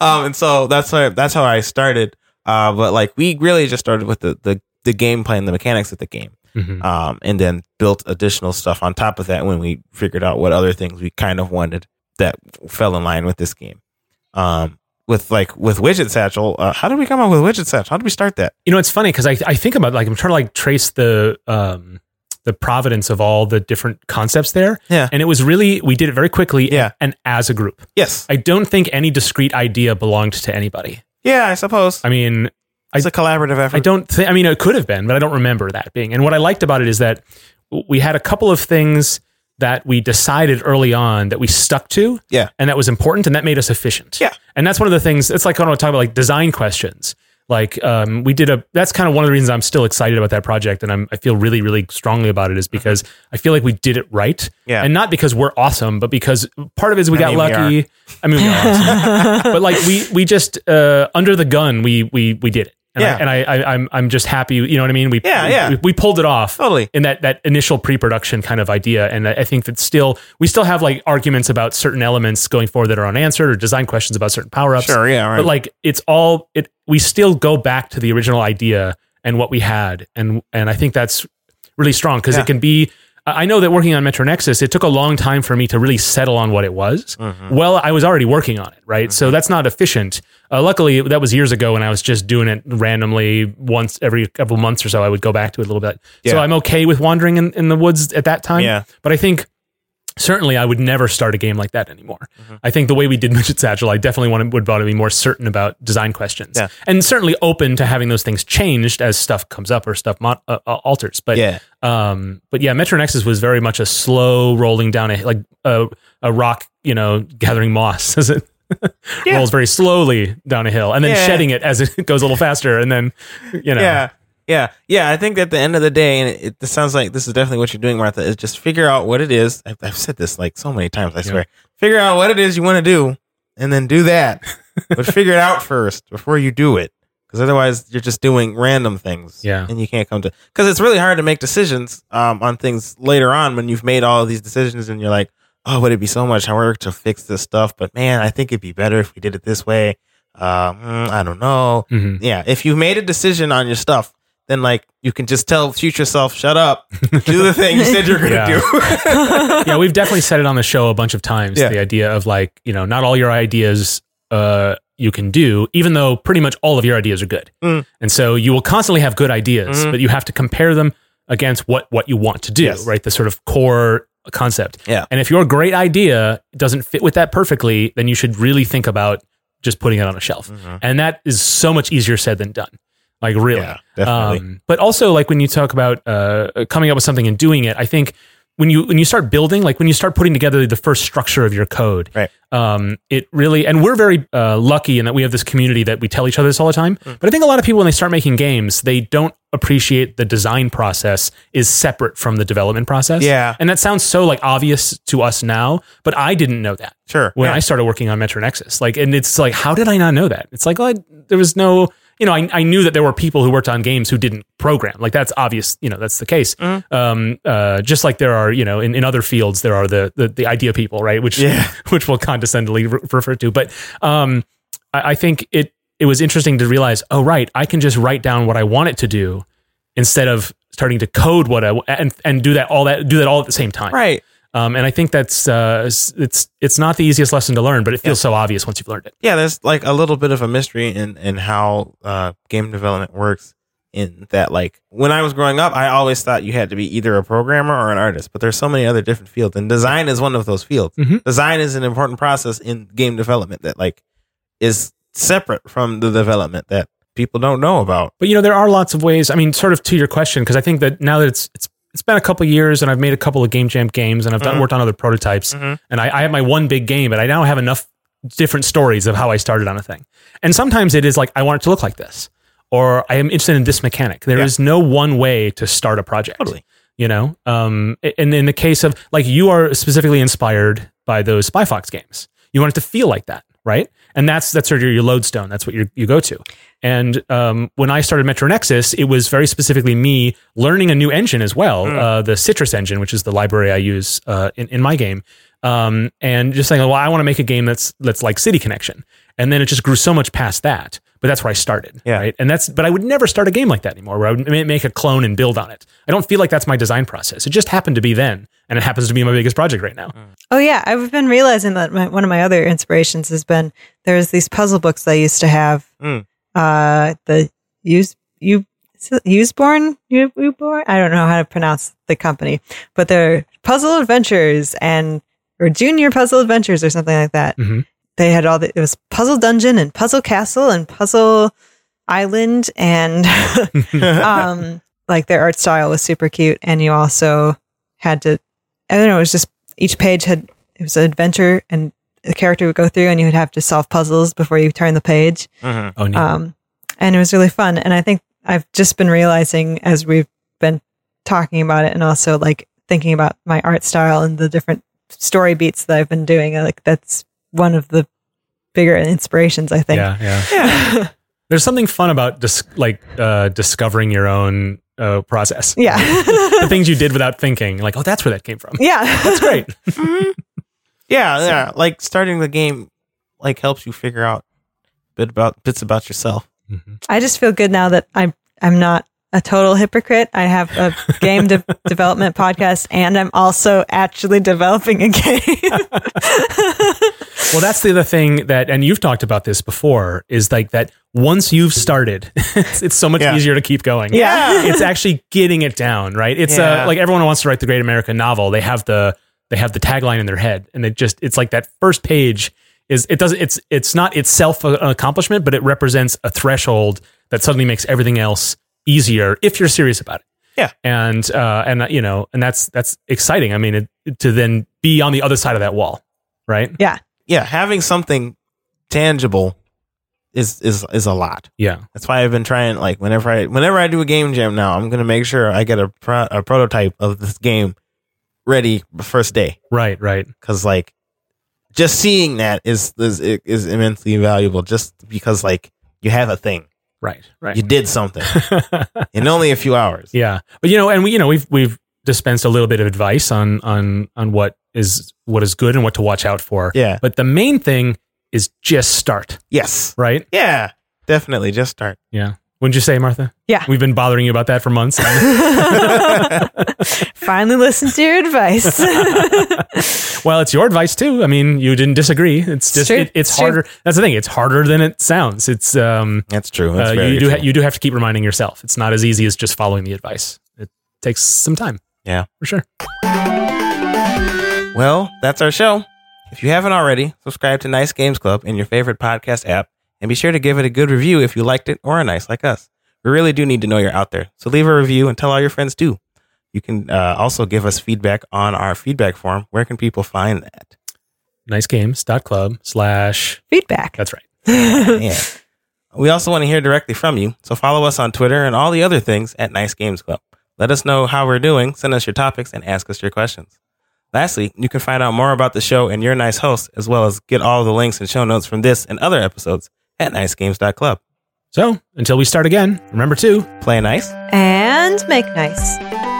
Speaker 1: um, and so that's why that's how I started. Uh, but like we really just started with the the, the game plan, the mechanics of the game
Speaker 3: Mhm.
Speaker 1: um, and then built additional stuff on top of that when we figured out what other things we kind of wanted that fell in line with this game. Um, with like with Widget Satchel, uh, how did we come up with Widget Satchel? How did we start that?
Speaker 3: You know, it's funny because I, I think about like I'm trying to like trace the um the providence of all the different concepts there.
Speaker 1: Yeah.
Speaker 3: And it was really we did it very quickly
Speaker 1: Yeah.
Speaker 3: and as a group.
Speaker 1: Yes,
Speaker 3: I don't think any discrete idea belonged to anybody.
Speaker 1: yeah, I suppose
Speaker 3: I mean,
Speaker 1: it's a collaborative effort.
Speaker 3: I don't think. I mean, it could have been, but I don't remember that being. And what I liked about it is that w- we had a couple of things that we decided early on that we stuck to.
Speaker 1: Yeah.
Speaker 3: And that was important, and that made us efficient.
Speaker 1: Yeah.
Speaker 3: And that's one of the things. It's like when I talk about like design questions. Like um, we did a. That's kind of one of the reasons I'm still excited about that project, and I'm, I feel really, really strongly about it is because I feel like we did it right.
Speaker 1: Uh-huh. Yeah.
Speaker 3: And not because we're awesome, but because part of it is we
Speaker 1: I
Speaker 3: got
Speaker 1: mean, we
Speaker 3: lucky. I mean, we are awesome but like we we just uh, under the gun we we we did it. And
Speaker 1: Yeah.
Speaker 3: I, and I, I I'm I'm just happy. You know what I mean? We
Speaker 1: Yeah,
Speaker 3: we,
Speaker 1: yeah.
Speaker 3: We, we pulled it off
Speaker 1: totally.
Speaker 3: in that that initial pre-production kind of idea. And I I think that still we still have like arguments about certain elements going forward that are unanswered or design questions about certain power ups.
Speaker 1: Sure, yeah,
Speaker 3: But
Speaker 1: right.
Speaker 3: like it's all it we still go back to the original idea and what we had and and I think that's really strong because
Speaker 1: Yeah.
Speaker 3: it can be I I know that working on Metro Nexus, it took a long time for me to really settle on what it was.
Speaker 1: Mm-hmm.
Speaker 3: Well, I was already working on it, right? So that's not efficient. Uh, luckily, that was years ago when I was just doing it randomly once every couple months or so. I would go back to it a little bit. So
Speaker 1: Yeah.
Speaker 3: I'm okay with wandering in, in the woods at that time.
Speaker 1: Yeah.
Speaker 3: But I think certainly I would never start a game like that anymore.
Speaker 1: Mm-hmm.
Speaker 3: I think the way we did Midget Satchel, I definitely want to, would want to be more certain about design questions
Speaker 1: Yeah.
Speaker 3: and certainly open to having those things changed as stuff comes up or stuff mod, uh, uh, alters. But
Speaker 1: yeah,
Speaker 3: um, but yeah, Metro Nexus was very much a slow rolling down a like a, a rock, you know, gathering moss as it
Speaker 1: Yeah.
Speaker 3: rolls very slowly down a hill, and then
Speaker 1: Yeah.
Speaker 3: shedding it as it goes a little faster, and then you know,
Speaker 1: yeah, yeah, yeah. I think at the end of the day, and it, it sounds like this is definitely what you're doing, Martha, is just figure out what it is. I've, I've said this like so many times, I swear. Figure out what it is you want to do, and then do that. but figure it out first before you do it, because otherwise you're just doing random things.
Speaker 3: Yeah.
Speaker 1: and you can't come to because it's really hard to make decisions um, on things later on when you've made all of these decisions and you're like, oh, would it be so much work to fix this stuff? But man, I think it'd be better if we did it this way. Uh, mm, I don't know
Speaker 3: Mhm.
Speaker 1: yeah if you made a decision on your stuff then like you can just tell future self shut up do the thing you said you're gonna
Speaker 3: Yeah.
Speaker 1: do
Speaker 3: yeah, we've definitely said it on the show a bunch of times.
Speaker 1: Yeah.
Speaker 3: The idea of like, you know, not all your ideas uh, you can do, even though pretty much all of your ideas are good.
Speaker 1: Mm.
Speaker 3: And so you will constantly have good ideas,
Speaker 1: Mhm.
Speaker 3: but you have to compare them against what what you want to do,
Speaker 1: Yes.
Speaker 3: right? The sort of core concept.
Speaker 1: Yeah.
Speaker 3: And if your great idea doesn't fit with that perfectly, then you should really think about just putting it on a shelf. And that is so much easier said than done. Like really.
Speaker 1: Mm-hmm. yeah definitely
Speaker 3: Um, but also, like when you talk about uh, coming up with something and doing it, I think when you when you start building, like when you start putting together the first structure of your code,
Speaker 1: Right.
Speaker 3: um, it really and we're very uh, lucky in that we have this community that we tell each other this all the time.
Speaker 1: Mm.
Speaker 3: But I think a lot of people when they start making games, they don't appreciate the design process is separate from the development process.
Speaker 1: Yeah.
Speaker 3: and that sounds so like obvious to us now, but I didn't know that
Speaker 1: sure
Speaker 3: when
Speaker 1: yeah.
Speaker 3: I started working on Metro Nexus. Like, and it's like, how did I not know that? It's like, well, I, there was no, you know, I, I knew that there were people who worked on games who didn't program. Like, that's obvious, you know, that's the case.
Speaker 1: Mm-hmm.
Speaker 3: Um, uh, just like there are, you know, in, in other fields, there are the, the, the idea people, right? Which,
Speaker 1: Yeah.
Speaker 3: which we'll condescendingly re- refer to. But, um, I, I think it, it was interesting to realize, oh, right, I can just write down what I want it to do instead of starting to code what I, and, and do that all that, do that all at the same time.
Speaker 1: right
Speaker 3: Um, and I think that's uh, s- it's it's not the easiest lesson to learn, but it feels so obvious once you've learned it.
Speaker 1: yeah there's like a little bit of a mystery in in how uh game development works in that like when i was growing up i always thought you had to be either a programmer or an artist but there's so many other different fields and design is one of those fields
Speaker 3: Mhm.
Speaker 1: design is an important process in game development that like is separate from the development that people don't know about
Speaker 3: But you know, there are lots of ways. I mean, sort of to your question, because I think that now that it's it's it's been a couple years, and I've made a couple of Game Jam games, and I've done,
Speaker 1: Mhm.
Speaker 3: worked on other prototypes,
Speaker 1: Mhm.
Speaker 3: and I, I have my one big game, but I now have enough different stories of how I started on a thing. And sometimes it is like I want it to look like this, or I am interested in this mechanic. There is
Speaker 1: Yeah.
Speaker 3: no one way to start a project
Speaker 1: Totally.
Speaker 3: you know um and in the case of like you are specifically inspired by those spy fox games you want it to feel like that right and that's that's sort of your, your lodestone that's what you you go to and um, when i started metro nexus it was very specifically me learning a new engine as well uh, the citrus engine which is the library i use uh, in, in my game um, and just saying well i want to make a game that's that's like city connection and then it just grew so much past that but that's where i started
Speaker 1: Yeah.
Speaker 3: right and that's but i would never start a game like that anymore where i would ma- make a clone and build on it i don't feel like that's my design process it just happened to be then and it happens to be my biggest project right now
Speaker 2: Oh yeah, I've been realizing that my, one of my other inspirations has been there's these puzzle books I used to have.
Speaker 1: Mm.
Speaker 2: Uh, the use you Useborn you Useborn. I don't know how to pronounce the company, but they're puzzle adventures and or junior puzzle adventures or something like that.
Speaker 3: Mhm.
Speaker 2: They had all the it was puzzle dungeon and puzzle castle and puzzle island and
Speaker 1: Uh,
Speaker 2: um like their art style was super cute and you also had to I don't know, it was just each page had it was an adventure and the character would go through and you would have to solve puzzles before you turn the page.
Speaker 1: Mhm.
Speaker 3: oh neat.
Speaker 2: Um and it was really fun and I think I've just been realizing as we've been talking about it and also like thinking about my art style and the different story beats that I've been doing uh, like that's one of the bigger inspirations I think.
Speaker 3: yeah yeah there's something fun about dis- like uh, discovering your own uh, process
Speaker 2: yeah.
Speaker 3: the things you did without thinking like oh that's where that came from
Speaker 2: yeah.
Speaker 3: that's great
Speaker 1: Yeah, yeah. Like starting the game like helps you figure out bit about bits about yourself.
Speaker 3: Mm-hmm.
Speaker 2: I just feel good now that I'm I'm not a total hypocrite. I have a game de- development podcast, and I'm also actually developing a game.
Speaker 3: Well, that's the other thing that, and you've talked about this before, is like that once you've started, it's, it's so much
Speaker 1: Yeah.
Speaker 3: easier to keep going.
Speaker 2: Yeah.
Speaker 3: it's actually getting it down, right? It's uh,
Speaker 1: Yeah.
Speaker 3: like everyone wants to write the great American novel. They have the they have the tagline in their head, and they just it's like that first page is it doesn't it's it's not itself a- an accomplishment, but it represents a threshold that suddenly makes everything else easier if you're serious about it and uh, and uh, you know, and that's that's exciting. I mean, it, to then be on the other side of that wall, right?
Speaker 1: Yeah, having something tangible is is is a lot.
Speaker 3: Yeah,
Speaker 1: That's why I've been trying like whenever I whenever I do a game jam now, I'm going to make sure I get a pro- a prototype of this game ready the first day
Speaker 3: right, right.
Speaker 1: cuz like just seeing that is is is immensely valuable just because like you have a thing.
Speaker 3: Right, right.
Speaker 1: You did something in only a few hours.
Speaker 3: yeah, but you know, and we, you know, we've we've dispensed a little bit of advice on on on what is what is good and what to watch out for.
Speaker 1: Yeah.
Speaker 3: But the main thing is just start,
Speaker 1: Yes.
Speaker 3: right?
Speaker 1: Yeah. Definitely just start.
Speaker 3: Yeah. Wouldn't you say, Martha?
Speaker 2: Yeah.
Speaker 3: We've been bothering you about that for months.
Speaker 2: Finally, listen to your advice.
Speaker 3: well, it's your advice too. I mean, you didn't disagree. It's just
Speaker 2: true.
Speaker 3: it, it's,
Speaker 2: It's true.
Speaker 3: harder. That's the thing. It's harder than it sounds. It's um
Speaker 1: That's true.
Speaker 3: uh,
Speaker 1: That's very
Speaker 3: you do ha-
Speaker 1: true.
Speaker 3: you do have to keep reminding yourself. It's not as easy as just following the advice. It takes some time.
Speaker 1: Yeah.
Speaker 3: For sure.
Speaker 1: Well, that's our show. If you haven't already, subscribe to Nice Games Club in your favorite podcast app and be sure to give it a good review if you liked it or are nice like us. We really do need to know you're out there. So leave a review and tell all your friends too. You can uh, also give us feedback on our feedback form. Where can people find that?
Speaker 3: Nicegames.club slash
Speaker 2: Feedback.
Speaker 3: That's right.
Speaker 1: Yeah. We also want to hear directly from you, so follow us on Twitter and all the other things at Nice Games Club. Let us know how we're doing, send us your topics, and ask us your questions. Lastly, you can find out more about the show and your nice host, as well as get all the links and show notes from this and other episodes at nicegames.club.
Speaker 3: So until we start again, remember to
Speaker 1: Play nice.
Speaker 2: And make nice.